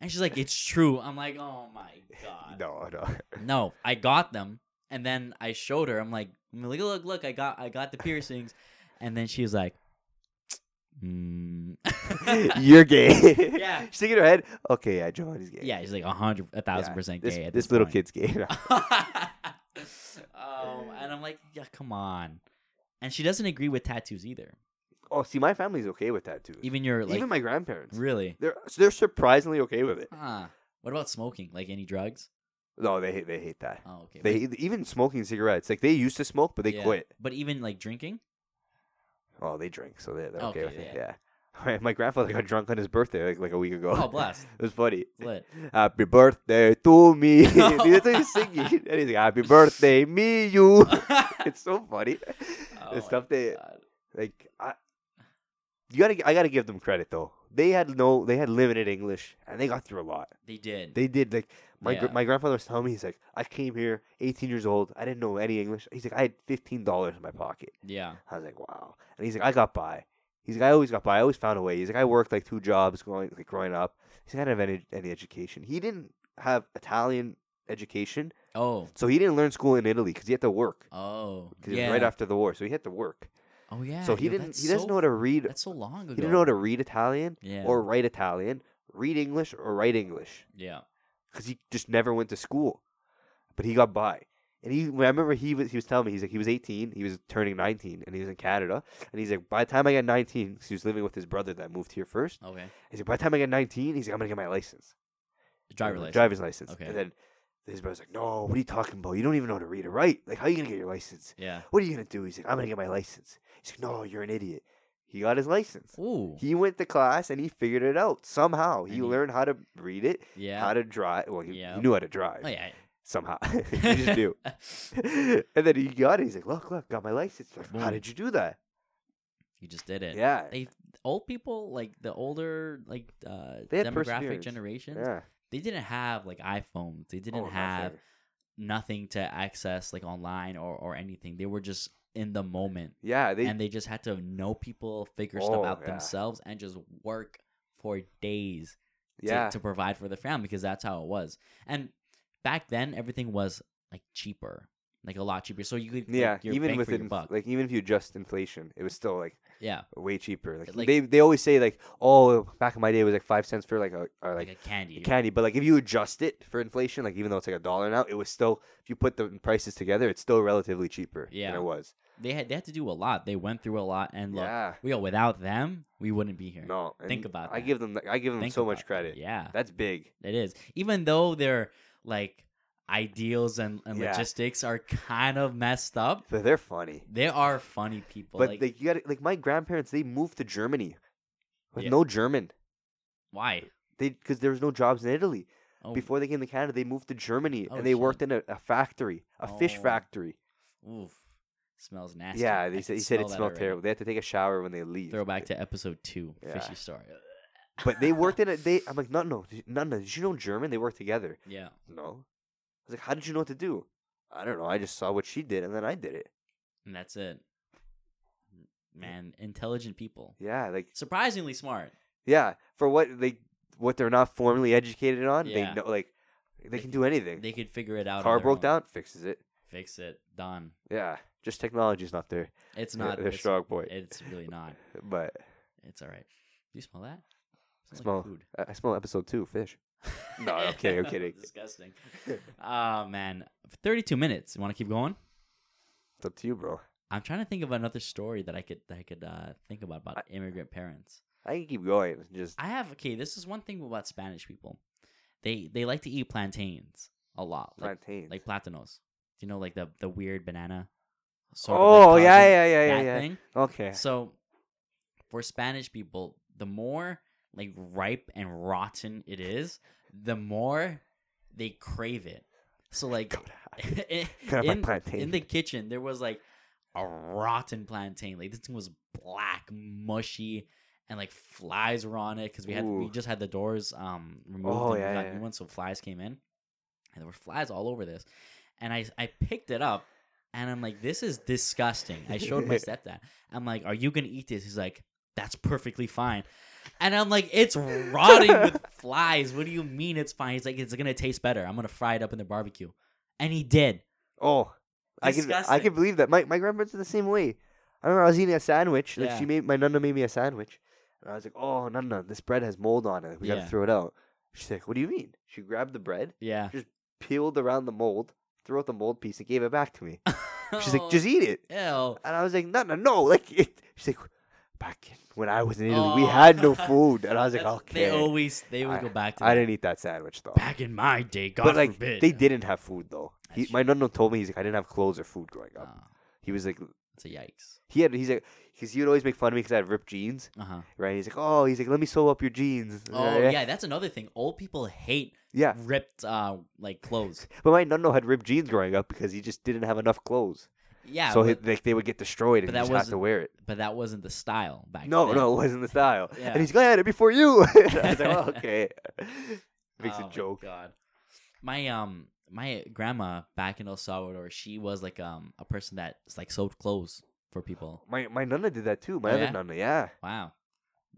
[SPEAKER 1] And she's like, it's true. I'm like, oh my God.
[SPEAKER 2] <laughs> no, no. <laughs>
[SPEAKER 1] No, I got them. And then I showed her. I'm like, I'm like, look, look, I got I got the piercings. And then she was like, mm.
[SPEAKER 2] You're gay.
[SPEAKER 1] <laughs>
[SPEAKER 2] <laughs>
[SPEAKER 1] Yeah.
[SPEAKER 2] She's thinking in her head, okay, yeah, Giovanni's gay.
[SPEAKER 1] yeah, she's like a hundred, a thousand
[SPEAKER 2] Yeah,
[SPEAKER 1] percent
[SPEAKER 2] This,
[SPEAKER 1] gay. at
[SPEAKER 2] this little
[SPEAKER 1] point.
[SPEAKER 2] kid's gay.
[SPEAKER 1] <laughs> um, and I'm like, yeah, come on. And she doesn't agree with tattoos either.
[SPEAKER 2] oh, see, my family's okay with tattoos.
[SPEAKER 1] Even
[SPEAKER 2] Even,
[SPEAKER 1] your like,
[SPEAKER 2] my grandparents.
[SPEAKER 1] really?
[SPEAKER 2] They're so they're surprisingly okay with it.
[SPEAKER 1] Huh. What about smoking? Like any drugs?
[SPEAKER 2] No, they hate- they hate that.
[SPEAKER 1] Oh, okay.
[SPEAKER 2] They even smoking cigarettes. Like they used to smoke, but they
[SPEAKER 1] Yeah.
[SPEAKER 2] quit.
[SPEAKER 1] But even like drinking?
[SPEAKER 2] <laughs> Oh, they drink, so they're, they're
[SPEAKER 1] Okay,
[SPEAKER 2] okay, with it.
[SPEAKER 1] yeah.
[SPEAKER 2] Yeah. <laughs> My- My grandfather got drunk on his birthday like, like a week ago. <laughs>
[SPEAKER 1] Oh, blast.
[SPEAKER 2] it was funny.
[SPEAKER 1] Lit.
[SPEAKER 2] <laughs>
[SPEAKER 1] <laughs>
[SPEAKER 2] Happy birthday to me. <laughs> That's what
[SPEAKER 1] <laughs>
[SPEAKER 2] he's singing. And he's like, Happy birthday, me, you. <laughs> it's so funny.
[SPEAKER 1] Oh my
[SPEAKER 2] the stuff they
[SPEAKER 1] God.
[SPEAKER 2] like. I, you gotta, gi- I gotta give them credit though. They had no, they had limited English, and they got through a lot.
[SPEAKER 1] They did.
[SPEAKER 2] They did like my gr-
[SPEAKER 1] Yeah.
[SPEAKER 2] my grandfather was telling me. He's like, I came here, 18 years old. I didn't know any English. He's like, I had 15 dollars in my pocket.
[SPEAKER 1] yeah.
[SPEAKER 2] I was like, wow. And he's like, I got by. He's like, I always got by. I always found a way. He's like, I worked like two jobs growing like growing up. He's like, I didn't have any any education. He didn't have Italian education,
[SPEAKER 1] Oh.
[SPEAKER 2] so he didn't learn school in Italy because he had to work.
[SPEAKER 1] Oh.
[SPEAKER 2] 'Cause it
[SPEAKER 1] Yeah.
[SPEAKER 2] was right after the war, so he had to work.
[SPEAKER 1] oh yeah.
[SPEAKER 2] so he
[SPEAKER 1] yo,
[SPEAKER 2] didn't.
[SPEAKER 1] that's
[SPEAKER 2] He
[SPEAKER 1] so-
[SPEAKER 2] doesn't know how to read.
[SPEAKER 1] That's so long ago.
[SPEAKER 2] He didn't know how to read Italian
[SPEAKER 1] Yeah.
[SPEAKER 2] or write Italian, read English or write English,
[SPEAKER 1] yeah.
[SPEAKER 2] because he just never went to school. But he got by, and he. when I remember he was he was telling me he's like he was 18, he was turning 19, and he was in Canada, and he's like by the time I get 19, 'cause he was living with his brother that moved here first.
[SPEAKER 1] Okay.
[SPEAKER 2] He's like by the time I get 19, he's like I'm gonna get my license,
[SPEAKER 1] Driver
[SPEAKER 2] my
[SPEAKER 1] license.
[SPEAKER 2] driver's license,
[SPEAKER 1] Okay.
[SPEAKER 2] and then. His brother's like, no, what are you talking about? You don't even know how to read or write. Like, how are you gonna get your license?
[SPEAKER 1] Yeah.
[SPEAKER 2] What are you gonna do? He's like, I'm gonna get my license. He's like, no, you're an idiot. He got his license.
[SPEAKER 1] Ooh.
[SPEAKER 2] He went to class and he figured it out somehow. He
[SPEAKER 1] And he-
[SPEAKER 2] learned how to read it,
[SPEAKER 1] yeah.
[SPEAKER 2] how to drive. Well, he, he
[SPEAKER 1] Yeah.
[SPEAKER 2] knew how to drive
[SPEAKER 1] Oh yeah. <laughs>
[SPEAKER 2] somehow. <laughs> he just knew. and then he got it. He's like, "Look, look, got my license." Like, how
[SPEAKER 1] Boom.
[SPEAKER 2] did you do that?
[SPEAKER 1] you just did it.
[SPEAKER 2] Yeah,
[SPEAKER 1] They- Old people, like the older, like uh,
[SPEAKER 2] They had
[SPEAKER 1] demographic
[SPEAKER 2] perseverance.
[SPEAKER 1] generations,
[SPEAKER 2] yeah.
[SPEAKER 1] they didn't have like iPhones. They didn't
[SPEAKER 2] Oh, no,
[SPEAKER 1] have
[SPEAKER 2] fair.
[SPEAKER 1] nothing to access like online or or anything. They were just in the moment.
[SPEAKER 2] Yeah, they.
[SPEAKER 1] and they just had to know people, figure
[SPEAKER 2] Oh,
[SPEAKER 1] stuff out
[SPEAKER 2] yeah.
[SPEAKER 1] themselves, and just work for days to,
[SPEAKER 2] yeah,
[SPEAKER 1] to provide for the family because that's how it was. And back then everything was like cheaper, like a lot cheaper. So you could like,
[SPEAKER 2] Yeah,
[SPEAKER 1] your
[SPEAKER 2] even
[SPEAKER 1] bang
[SPEAKER 2] with
[SPEAKER 1] for your
[SPEAKER 2] inf-
[SPEAKER 1] buck.
[SPEAKER 2] like even if you adjust inflation, it was still like
[SPEAKER 1] yeah,
[SPEAKER 2] way cheaper. Like,
[SPEAKER 1] Like-
[SPEAKER 2] they they always say like, oh, back in my day it was like five cents for like a or
[SPEAKER 1] like,
[SPEAKER 2] like,
[SPEAKER 1] a candy.
[SPEAKER 2] candy, but like if you adjust it for inflation, like even though it's like a dollar now, it was still if you put the prices together, it's still relatively cheaper
[SPEAKER 1] Yeah.
[SPEAKER 2] than it was.
[SPEAKER 1] they had they had to do a lot. They went through a lot, and look,
[SPEAKER 2] yeah,
[SPEAKER 1] we are without them, we wouldn't be here.
[SPEAKER 2] no, and
[SPEAKER 1] Think about
[SPEAKER 2] I
[SPEAKER 1] that.
[SPEAKER 2] give them I give them
[SPEAKER 1] Think
[SPEAKER 2] so much
[SPEAKER 1] about that.
[SPEAKER 2] credit.
[SPEAKER 1] Yeah,
[SPEAKER 2] That's big.
[SPEAKER 1] it is. Even though their like ideals and, and
[SPEAKER 2] Yeah.
[SPEAKER 1] logistics are kind of messed up,
[SPEAKER 2] But they're funny.
[SPEAKER 1] they are funny people.
[SPEAKER 2] but
[SPEAKER 1] like,
[SPEAKER 2] like, you got like my grandparents, they moved to Germany with
[SPEAKER 1] Yeah.
[SPEAKER 2] no German.
[SPEAKER 1] why?
[SPEAKER 2] They because there was no jobs in Italy
[SPEAKER 1] Oh,
[SPEAKER 2] before they came to Canada. They moved to Germany
[SPEAKER 1] Oh,
[SPEAKER 2] and they
[SPEAKER 1] shit.
[SPEAKER 2] worked in a, a factory, a fish
[SPEAKER 1] Oh.
[SPEAKER 2] factory.
[SPEAKER 1] oof, smells nasty.
[SPEAKER 2] Yeah,
[SPEAKER 1] I
[SPEAKER 2] they said
[SPEAKER 1] can
[SPEAKER 2] he said
[SPEAKER 1] smell
[SPEAKER 2] it
[SPEAKER 1] that
[SPEAKER 2] smelled
[SPEAKER 1] already.
[SPEAKER 2] terrible. They had to take a shower when they leave.
[SPEAKER 1] Throwback to episode two,
[SPEAKER 2] Yeah.
[SPEAKER 1] fishy story.
[SPEAKER 2] But they worked in a they. I'm like, no, no, did- no, no. Did you know German? They worked together.
[SPEAKER 1] Yeah,
[SPEAKER 2] No, I was like, how did you know what to do? I don't know. I just saw what she did and then I did it.
[SPEAKER 1] and that's it. Man, intelligent people,
[SPEAKER 2] Yeah, like
[SPEAKER 1] surprisingly smart.
[SPEAKER 2] yeah, for what they what they're not formally educated on,
[SPEAKER 1] Yeah.
[SPEAKER 2] they know like they
[SPEAKER 1] They
[SPEAKER 2] can do anything.
[SPEAKER 1] They could figure it out. on
[SPEAKER 2] Car
[SPEAKER 1] their
[SPEAKER 2] broke
[SPEAKER 1] own.
[SPEAKER 2] down, fixes it.
[SPEAKER 1] Fix it, done.
[SPEAKER 2] Yeah, just technology's not there.
[SPEAKER 1] It's
[SPEAKER 2] They're-
[SPEAKER 1] not.
[SPEAKER 2] they're
[SPEAKER 1] it's-
[SPEAKER 2] strong boy.
[SPEAKER 1] It's really not.
[SPEAKER 2] But
[SPEAKER 1] It's all right. Do you smell that? It smells
[SPEAKER 2] Smell.
[SPEAKER 1] Like food.
[SPEAKER 2] I I smell episode two, fish. <laughs> No, I'm kidding,
[SPEAKER 1] <laughs>
[SPEAKER 2] I'm kidding.
[SPEAKER 1] Disgusting. Oh man, thirty-two minutes. You want to keep going?
[SPEAKER 2] It's up to you, bro.
[SPEAKER 1] I'm trying to think of another story that I could that I could uh, think about about
[SPEAKER 2] I-
[SPEAKER 1] immigrant parents.
[SPEAKER 2] I can keep going. Just
[SPEAKER 1] I have okay. This is one thing about Spanish people. They they like to eat plantains a lot, like
[SPEAKER 2] plantain.
[SPEAKER 1] like platanos. You know, like the the weird banana. sort of, like,
[SPEAKER 2] oh yeah,
[SPEAKER 1] carving,
[SPEAKER 2] yeah, yeah, yeah,
[SPEAKER 1] that
[SPEAKER 2] yeah.
[SPEAKER 1] thing.
[SPEAKER 2] Okay.
[SPEAKER 1] So, for Spanish people, the more like ripe and rotten it is, the more they crave it. So like
[SPEAKER 2] Go
[SPEAKER 1] <laughs>
[SPEAKER 2] <laughs> to-
[SPEAKER 1] in,
[SPEAKER 2] Grab my
[SPEAKER 1] in-
[SPEAKER 2] plantain.
[SPEAKER 1] in the kitchen, there was like a rotten plantain. Like this thing was black, mushy, and like flies were on it because we had we
[SPEAKER 2] Ooh.
[SPEAKER 1] just had the doors um removed. and
[SPEAKER 2] Oh,
[SPEAKER 1] we
[SPEAKER 2] yeah,
[SPEAKER 1] got
[SPEAKER 2] yeah,
[SPEAKER 1] new
[SPEAKER 2] yeah.
[SPEAKER 1] ones, so flies came in, and there were flies all over this. And I I picked it up, and I'm like, this is disgusting. I showed
[SPEAKER 2] <laughs>
[SPEAKER 1] my stepdad. I'm like, are you gonna eat this? He's like, that's perfectly fine. And I'm like, it's rotting with
[SPEAKER 2] <laughs>
[SPEAKER 1] flies. What do you mean it's fine? He's like, it's gonna taste better. I'm gonna fry it up in the barbecue. And he did.
[SPEAKER 2] Oh, I can I
[SPEAKER 1] Disgusting.
[SPEAKER 2] can believe that. My my grandparents are the same way. I remember I was eating a sandwich. Like
[SPEAKER 1] Yeah.
[SPEAKER 2] she made my nana made me a sandwich, and I was like, "Oh, nana, this bread has mold on it. We
[SPEAKER 1] Yeah.
[SPEAKER 2] gotta throw it out." She's like, "What do you mean?" She grabbed the bread,
[SPEAKER 1] Yeah.
[SPEAKER 2] peeled around the mold, threw out the mold piece, and gave it back to me. She's
[SPEAKER 1] <laughs>
[SPEAKER 2] like, "Just eat it."
[SPEAKER 1] Ew. Oh,
[SPEAKER 2] And I was like, no, no, no. <laughs> Like, it. She's like, back in, when I was in Italy, we
[SPEAKER 1] Oh.
[SPEAKER 2] had
[SPEAKER 1] <laughs>
[SPEAKER 2] no food. And I was like,
[SPEAKER 1] that's-
[SPEAKER 2] okay.
[SPEAKER 1] They always they would go back to.
[SPEAKER 2] I
[SPEAKER 1] that.
[SPEAKER 2] didn't eat that sandwich, though.
[SPEAKER 1] Back in my day, God
[SPEAKER 2] but, like,
[SPEAKER 1] forbid.
[SPEAKER 2] they didn't have food, though. He,
[SPEAKER 1] That's
[SPEAKER 2] my nonno told me, he's like, I didn't have clothes or food growing up.
[SPEAKER 1] Oh,
[SPEAKER 2] He was like,
[SPEAKER 1] it's a yikes.
[SPEAKER 2] he had, he's like, because he would always make fun of me because I had ripped jeans,
[SPEAKER 1] Uh huh.
[SPEAKER 2] right? He's like, oh, he's like, let me sew up your jeans.
[SPEAKER 1] Oh
[SPEAKER 2] yeah.
[SPEAKER 1] yeah. that's another thing. Old people hate
[SPEAKER 2] Yeah.
[SPEAKER 1] ripped uh like
[SPEAKER 2] <laughs>
[SPEAKER 1] clothes.
[SPEAKER 2] But my nonno had ripped jeans growing up because he just didn't have enough clothes.
[SPEAKER 1] Yeah,
[SPEAKER 2] so,
[SPEAKER 1] but,
[SPEAKER 2] he, like, they would get destroyed
[SPEAKER 1] but
[SPEAKER 2] and
[SPEAKER 1] that
[SPEAKER 2] he just have to
[SPEAKER 1] wasn't-
[SPEAKER 2] wear it.
[SPEAKER 1] but that wasn't the style back
[SPEAKER 2] No,
[SPEAKER 1] then.
[SPEAKER 2] no, it wasn't the style.
[SPEAKER 1] Yeah.
[SPEAKER 2] And he's like, I had it before you. <laughs> And I was
[SPEAKER 1] <laughs>
[SPEAKER 2] like, oh, okay. Makes
[SPEAKER 1] Oh
[SPEAKER 2] a
[SPEAKER 1] my
[SPEAKER 2] joke.
[SPEAKER 1] God, my um my grandma back in El Salvador, she was like um a person that like sewed clothes for people.
[SPEAKER 2] My my nonna did that too. My
[SPEAKER 1] Oh,
[SPEAKER 2] other
[SPEAKER 1] yeah?
[SPEAKER 2] nonna, yeah,
[SPEAKER 1] Wow.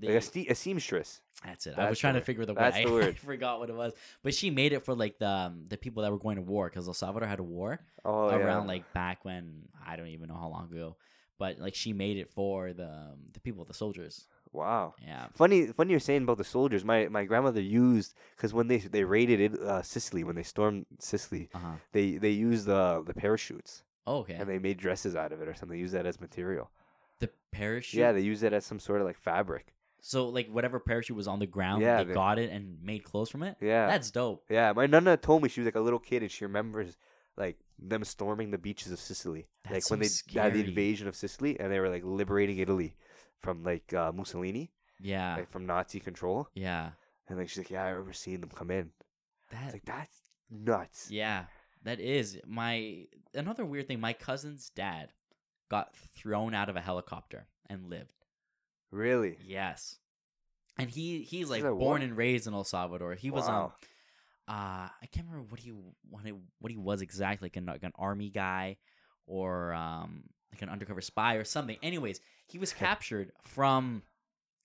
[SPEAKER 2] like a, ste- a seamstress.
[SPEAKER 1] That's it. I
[SPEAKER 2] That's
[SPEAKER 1] was
[SPEAKER 2] the
[SPEAKER 1] trying to
[SPEAKER 2] word.
[SPEAKER 1] figure the word. <laughs>
[SPEAKER 2] That's
[SPEAKER 1] I,
[SPEAKER 2] the word.
[SPEAKER 1] I forgot what it was. But she made it for like the um, the people that were going to war because El Salvador had a war
[SPEAKER 2] Oh
[SPEAKER 1] around
[SPEAKER 2] yeah.
[SPEAKER 1] like back when I don't even know how long ago. But like she made it for the um, the people, the soldiers.
[SPEAKER 2] wow.
[SPEAKER 1] Yeah.
[SPEAKER 2] Funny, funny you're saying about the soldiers. My my grandmother used because when they they raided it, uh, Sicily when they stormed Sicily,
[SPEAKER 1] Uh huh.
[SPEAKER 2] they they used the the parachutes
[SPEAKER 1] Oh, okay.
[SPEAKER 2] Uh-huh. and they made dresses out of it or something. They used that as material.
[SPEAKER 1] the parachute.
[SPEAKER 2] Yeah, they used it as some sort of like fabric.
[SPEAKER 1] so like whatever parachute was on the ground,
[SPEAKER 2] Yeah,
[SPEAKER 1] they,
[SPEAKER 2] they-
[SPEAKER 1] got it and made clothes from it.
[SPEAKER 2] Yeah,
[SPEAKER 1] That's dope.
[SPEAKER 2] yeah. My nonna told me she was like a little kid and she remembers like them storming the beaches of Sicily.
[SPEAKER 1] That's
[SPEAKER 2] like
[SPEAKER 1] so
[SPEAKER 2] when they
[SPEAKER 1] scary.
[SPEAKER 2] had the invasion of Sicily and they were like liberating Italy from like uh, Mussolini,
[SPEAKER 1] Yeah.
[SPEAKER 2] like from Nazi control.
[SPEAKER 1] yeah.
[SPEAKER 2] And like she's like, yeah, I remember seeing them come in. I
[SPEAKER 1] That
[SPEAKER 2] was like, that's nuts.
[SPEAKER 1] Yeah, that is my another weird thing. My cousin's dad got thrown out of a helicopter and lived.
[SPEAKER 2] Really?
[SPEAKER 1] Yes, and he he's
[SPEAKER 2] This
[SPEAKER 1] like
[SPEAKER 2] is a
[SPEAKER 1] born
[SPEAKER 2] what?
[SPEAKER 1] and raised in El Salvador. He was um
[SPEAKER 2] Wow.
[SPEAKER 1] uh I can't remember what he what he, what he was exactly like an, like an army guy or um like an undercover spy or something. Anyways, he was captured from.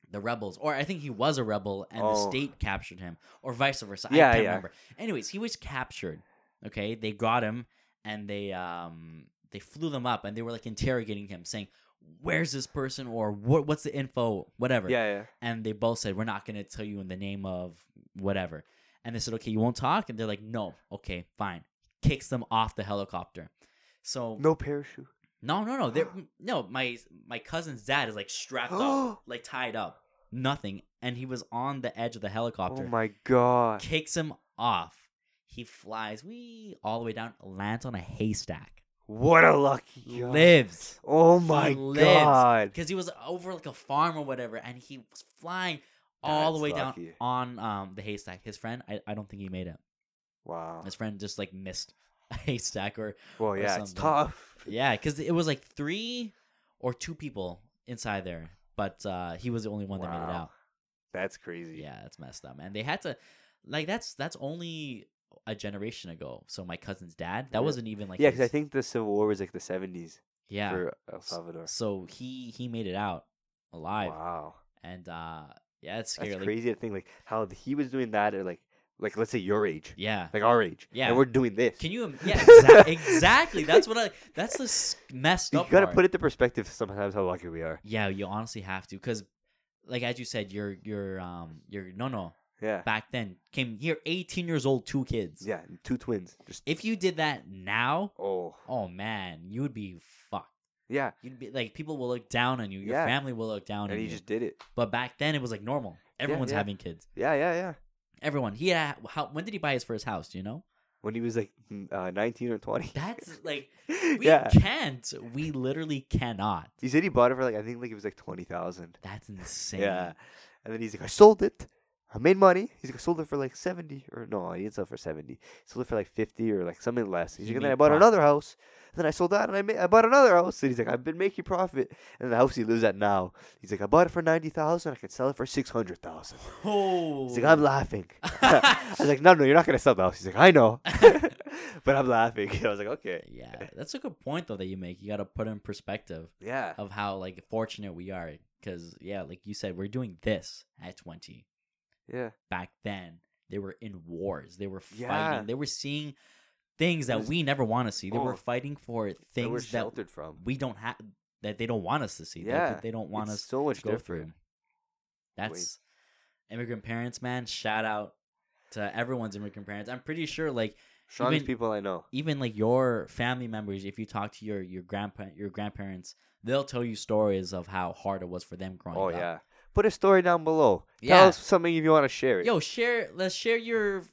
[SPEAKER 1] The rebels, or I think he was a rebel, and the
[SPEAKER 2] Oh.
[SPEAKER 1] state captured him, or vice versa. I
[SPEAKER 2] Yeah,
[SPEAKER 1] can't
[SPEAKER 2] yeah.
[SPEAKER 1] remember. Anyways, he was captured Okay, they got him and they um they flew them up and they were like interrogating him, saying, "Where's this person?" or "What what's the info?" Whatever.
[SPEAKER 2] Yeah, yeah.
[SPEAKER 1] And they both said, "We're not gonna tell you in the name of whatever." And they said, "Okay, you won't talk." And they're like, "No, okay, fine." Kicks them off the helicopter. So
[SPEAKER 2] No parachute.
[SPEAKER 1] no, no, no.
[SPEAKER 2] <gasps>
[SPEAKER 1] They're, no, my my cousin's dad is like strapped
[SPEAKER 2] <gasps>
[SPEAKER 1] up, like tied up, nothing, and he was on the edge of the helicopter.
[SPEAKER 2] Oh my god.
[SPEAKER 1] Kicks him off. He flies we all the way down, lands on a haystack,
[SPEAKER 2] What a lucky guy.
[SPEAKER 1] lives
[SPEAKER 2] Oh my
[SPEAKER 1] lives.
[SPEAKER 2] god.
[SPEAKER 1] because he was over like a farm or whatever, and he was flying all the
[SPEAKER 2] That's
[SPEAKER 1] way
[SPEAKER 2] lucky.
[SPEAKER 1] down on um the haystack. His friend, I, I don't think he made it.
[SPEAKER 2] Wow.
[SPEAKER 1] His friend just like missed a haystack or
[SPEAKER 2] Well, yeah, it's
[SPEAKER 1] something.
[SPEAKER 2] tough.
[SPEAKER 1] Yeah, because it was like three or two people inside there, but uh, he was the only one that made it
[SPEAKER 2] Wow.
[SPEAKER 1] out.
[SPEAKER 2] That's crazy.
[SPEAKER 1] Yeah, that's messed up, man. They had to, like, that's that's only a generation ago. So my cousin's dad, that
[SPEAKER 2] Yeah.
[SPEAKER 1] wasn't even like,
[SPEAKER 2] yeah, because I
[SPEAKER 1] his-
[SPEAKER 2] think the Civil War was like the 70s
[SPEAKER 1] yeah.
[SPEAKER 2] for El Salvador.
[SPEAKER 1] so he he made it out alive,
[SPEAKER 2] Wow.
[SPEAKER 1] and uh, yeah, it's scary.
[SPEAKER 2] That's
[SPEAKER 1] like-
[SPEAKER 2] crazy to think like how th- he was doing that at like like let's say your age,
[SPEAKER 1] Yeah.
[SPEAKER 2] like our age.
[SPEAKER 1] Yeah.
[SPEAKER 2] And we're doing this.
[SPEAKER 1] Can you? im- Yeah,
[SPEAKER 2] <laughs>
[SPEAKER 1] exac- exactly. That's what I. That's the s- messed
[SPEAKER 2] you
[SPEAKER 1] up.
[SPEAKER 2] gotta
[SPEAKER 1] part.
[SPEAKER 2] put it to perspective sometimes how lucky we are.
[SPEAKER 1] Yeah, you honestly have to, because, like as you said, your your um your no no
[SPEAKER 2] Yeah.
[SPEAKER 1] back then came here 18 years old two kids
[SPEAKER 2] Yeah. Two twins. Just
[SPEAKER 1] if you did that now
[SPEAKER 2] oh
[SPEAKER 1] oh man you would be fucked
[SPEAKER 2] yeah.
[SPEAKER 1] you'd be like people will look down on you your
[SPEAKER 2] Yeah.
[SPEAKER 1] family will look down
[SPEAKER 2] And
[SPEAKER 1] on
[SPEAKER 2] he
[SPEAKER 1] you
[SPEAKER 2] just did it.
[SPEAKER 1] but back then it was like normal everyone's
[SPEAKER 2] yeah.
[SPEAKER 1] having kids
[SPEAKER 2] Yeah, yeah, yeah.
[SPEAKER 1] everyone he had, how, when did he buy his first house do you know
[SPEAKER 2] When he was like mm, uh, 19 or 20.
[SPEAKER 1] that's
[SPEAKER 2] <laughs>
[SPEAKER 1] like <laughs> we
[SPEAKER 2] yeah.
[SPEAKER 1] can't we literally cannot
[SPEAKER 2] He said he bought it for like I think like it was like 20,000.
[SPEAKER 1] that's insane
[SPEAKER 2] Yeah. And then he's like I sold it. I made money. He's like, I sold it for like 70 or no, he didn't sell it for 70. He sold it for like 50 or like something less. He's
[SPEAKER 1] He
[SPEAKER 2] like, and then
[SPEAKER 1] made
[SPEAKER 2] I bought
[SPEAKER 1] profit.
[SPEAKER 2] another house. And then I sold that and I made, I bought another house. And he's like, I've been making profit. And the house he lives at now, he's like, I bought it for 90,000. I could sell it for 600,000.
[SPEAKER 1] oh
[SPEAKER 2] He's like, I'm laughing.
[SPEAKER 1] <laughs>
[SPEAKER 2] <laughs> I was like, no, no, you're not going to sell the house. He's like, I know. <laughs> but I'm laughing. <laughs> I was like, okay.
[SPEAKER 1] yeah that's a good point though that you make you got to put in perspective
[SPEAKER 2] Yeah.
[SPEAKER 1] of how like fortunate we are because yeah like you said we're doing this at 20
[SPEAKER 2] Yeah.
[SPEAKER 1] back then they were in wars they were fighting
[SPEAKER 2] Yeah.
[SPEAKER 1] they were seeing things that
[SPEAKER 2] was-
[SPEAKER 1] we never want to see they
[SPEAKER 2] Oh.
[SPEAKER 1] were fighting for
[SPEAKER 2] That we're
[SPEAKER 1] things that
[SPEAKER 2] sheltered from.
[SPEAKER 1] we don't have that they don't want us to see that-
[SPEAKER 2] Yeah,
[SPEAKER 1] that they don't want
[SPEAKER 2] It's
[SPEAKER 1] us
[SPEAKER 2] so much
[SPEAKER 1] to go
[SPEAKER 2] different.
[SPEAKER 1] through that's immigrant parents man shout out to everyone's immigrant parents i'm pretty sure like
[SPEAKER 2] Strongest
[SPEAKER 1] Even-
[SPEAKER 2] people I know.
[SPEAKER 1] even like your family members, if you talk to your your grandpa your grandparents, they'll tell you stories of how hard it was for them growing
[SPEAKER 2] Oh
[SPEAKER 1] up.
[SPEAKER 2] yeah. Put a story down below.
[SPEAKER 1] Yeah.
[SPEAKER 2] Tell us something if you want to share it.
[SPEAKER 1] Yo, share let's share your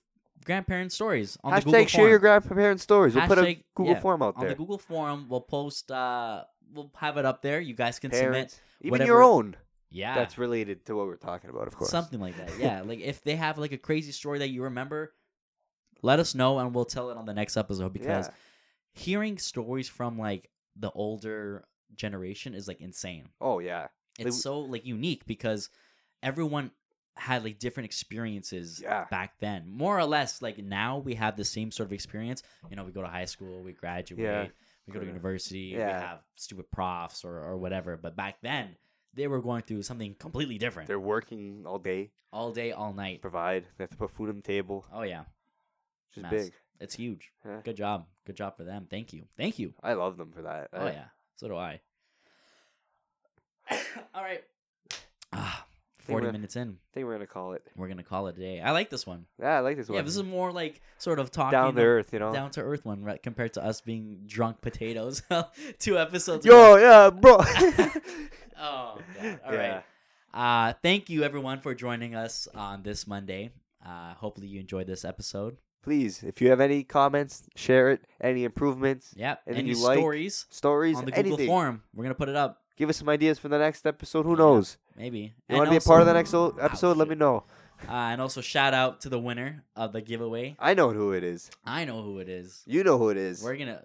[SPEAKER 1] grandparents' stories on the Google
[SPEAKER 2] Hashtag share
[SPEAKER 1] form.
[SPEAKER 2] your grandparents' stories. We'll put a
[SPEAKER 1] Hashtag-
[SPEAKER 2] Google
[SPEAKER 1] yeah,
[SPEAKER 2] form out
[SPEAKER 1] on
[SPEAKER 2] there.
[SPEAKER 1] the Google form. We'll post uh we'll have it up there. You guys can submit
[SPEAKER 2] Parents, even
[SPEAKER 1] whatever-
[SPEAKER 2] your own.
[SPEAKER 1] yeah
[SPEAKER 2] That's related to what we're talking about, of course.
[SPEAKER 1] something like that. Yeah. like if they have like a crazy story that you remember, let us know and we'll tell it on the next episode because
[SPEAKER 2] Yeah.
[SPEAKER 1] hearing stories from like the older generation is like insane.
[SPEAKER 2] Oh yeah. Like,
[SPEAKER 1] it's
[SPEAKER 2] we-
[SPEAKER 1] so like unique because everyone had like different experiences
[SPEAKER 2] Yeah.
[SPEAKER 1] back then more or less like now we have the same sort of experience you know we go to high school we graduate we go to
[SPEAKER 2] Correct.
[SPEAKER 1] university we
[SPEAKER 2] Yeah.
[SPEAKER 1] have stupid profs or, or whatever but back then they were going through something completely different
[SPEAKER 2] They're working all day,
[SPEAKER 1] all day all night
[SPEAKER 2] provide. They have to put food on the table,
[SPEAKER 1] oh yeah
[SPEAKER 2] which is
[SPEAKER 1] Mess.
[SPEAKER 2] big.
[SPEAKER 1] it's huge
[SPEAKER 2] Yeah.
[SPEAKER 1] good job good job for them thank you thank you
[SPEAKER 2] I love them for that.
[SPEAKER 1] oh
[SPEAKER 2] I-
[SPEAKER 1] yeah so do i <coughs> all right ah,
[SPEAKER 2] think
[SPEAKER 1] 40
[SPEAKER 2] we're-
[SPEAKER 1] minutes in
[SPEAKER 2] I think we're gonna call it.
[SPEAKER 1] we're gonna call it a day i like this one
[SPEAKER 2] Yeah, I like this one.
[SPEAKER 1] Yeah, this is more like sort of talking
[SPEAKER 2] down to earth, you know.
[SPEAKER 1] down to earth one right, compared to us being drunk potatoes. <laughs> Two episodes. ago.
[SPEAKER 2] Yo, yeah, bro.
[SPEAKER 1] <laughs> Oh, God. All
[SPEAKER 2] <laughs>
[SPEAKER 1] right.
[SPEAKER 2] yeah.
[SPEAKER 1] Uh, thank you everyone for joining us on this Monday. Uh, hopefully you enjoyed this episode.
[SPEAKER 2] Please, if you have any comments, share it. Any improvements,
[SPEAKER 1] Yeah.
[SPEAKER 2] And
[SPEAKER 1] Any
[SPEAKER 2] you like
[SPEAKER 1] stories
[SPEAKER 2] stories,
[SPEAKER 1] on the Google
[SPEAKER 2] anything.
[SPEAKER 1] form? We're gonna put it up.
[SPEAKER 2] Give us some ideas for the next episode.
[SPEAKER 1] Yeah.
[SPEAKER 2] Who knows?
[SPEAKER 1] Maybe.
[SPEAKER 2] You
[SPEAKER 1] And
[SPEAKER 2] want to be a part of the
[SPEAKER 1] also-
[SPEAKER 2] next o- episode? Let me
[SPEAKER 1] shit.
[SPEAKER 2] know.
[SPEAKER 1] Uh, and also shout out to the winner of the giveaway.
[SPEAKER 2] I know who it is.
[SPEAKER 1] I know who it is.
[SPEAKER 2] You know who it is.
[SPEAKER 1] We're gonna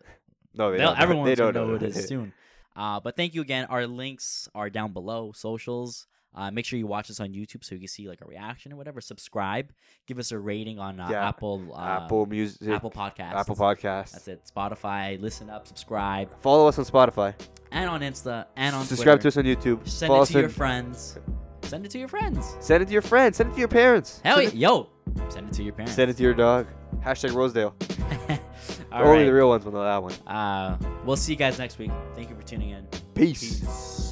[SPEAKER 2] no, they
[SPEAKER 1] They'll,
[SPEAKER 2] don't. know.
[SPEAKER 1] everyone's
[SPEAKER 2] they don't
[SPEAKER 1] gonna know who it
[SPEAKER 2] <laughs>
[SPEAKER 1] is soon. Uh, but thank you again. Our links are down below. Socials. Uh, make sure you watch us on YouTube so you can see like a reaction or whatever. Subscribe. Give us a rating on uh,
[SPEAKER 2] Yeah.
[SPEAKER 1] Apple. Uh,
[SPEAKER 2] Apple Music,
[SPEAKER 1] Apple Podcasts.
[SPEAKER 2] Apple Podcasts.
[SPEAKER 1] That's it. Spotify. Listen up. Subscribe.
[SPEAKER 2] Follow us on Spotify.
[SPEAKER 1] And on Insta. And on
[SPEAKER 2] subscribe
[SPEAKER 1] Twitter.
[SPEAKER 2] to us on YouTube.
[SPEAKER 1] Send
[SPEAKER 2] Follow
[SPEAKER 1] it
[SPEAKER 2] us
[SPEAKER 1] to your
[SPEAKER 2] on-
[SPEAKER 1] friends. Send it to your friends.
[SPEAKER 2] Send it to your friends. Send it to your parents.
[SPEAKER 1] Hell
[SPEAKER 2] send
[SPEAKER 1] yeah.
[SPEAKER 2] It,
[SPEAKER 1] <laughs> yo. Send it to your parents.
[SPEAKER 2] send it to your dog. Hashtag Rosedale.
[SPEAKER 1] All
[SPEAKER 2] Only
[SPEAKER 1] right.
[SPEAKER 2] the real ones will know that one.
[SPEAKER 1] Uh, we'll see you guys next week. Thank you for tuning in.
[SPEAKER 2] Peace.
[SPEAKER 1] Peace.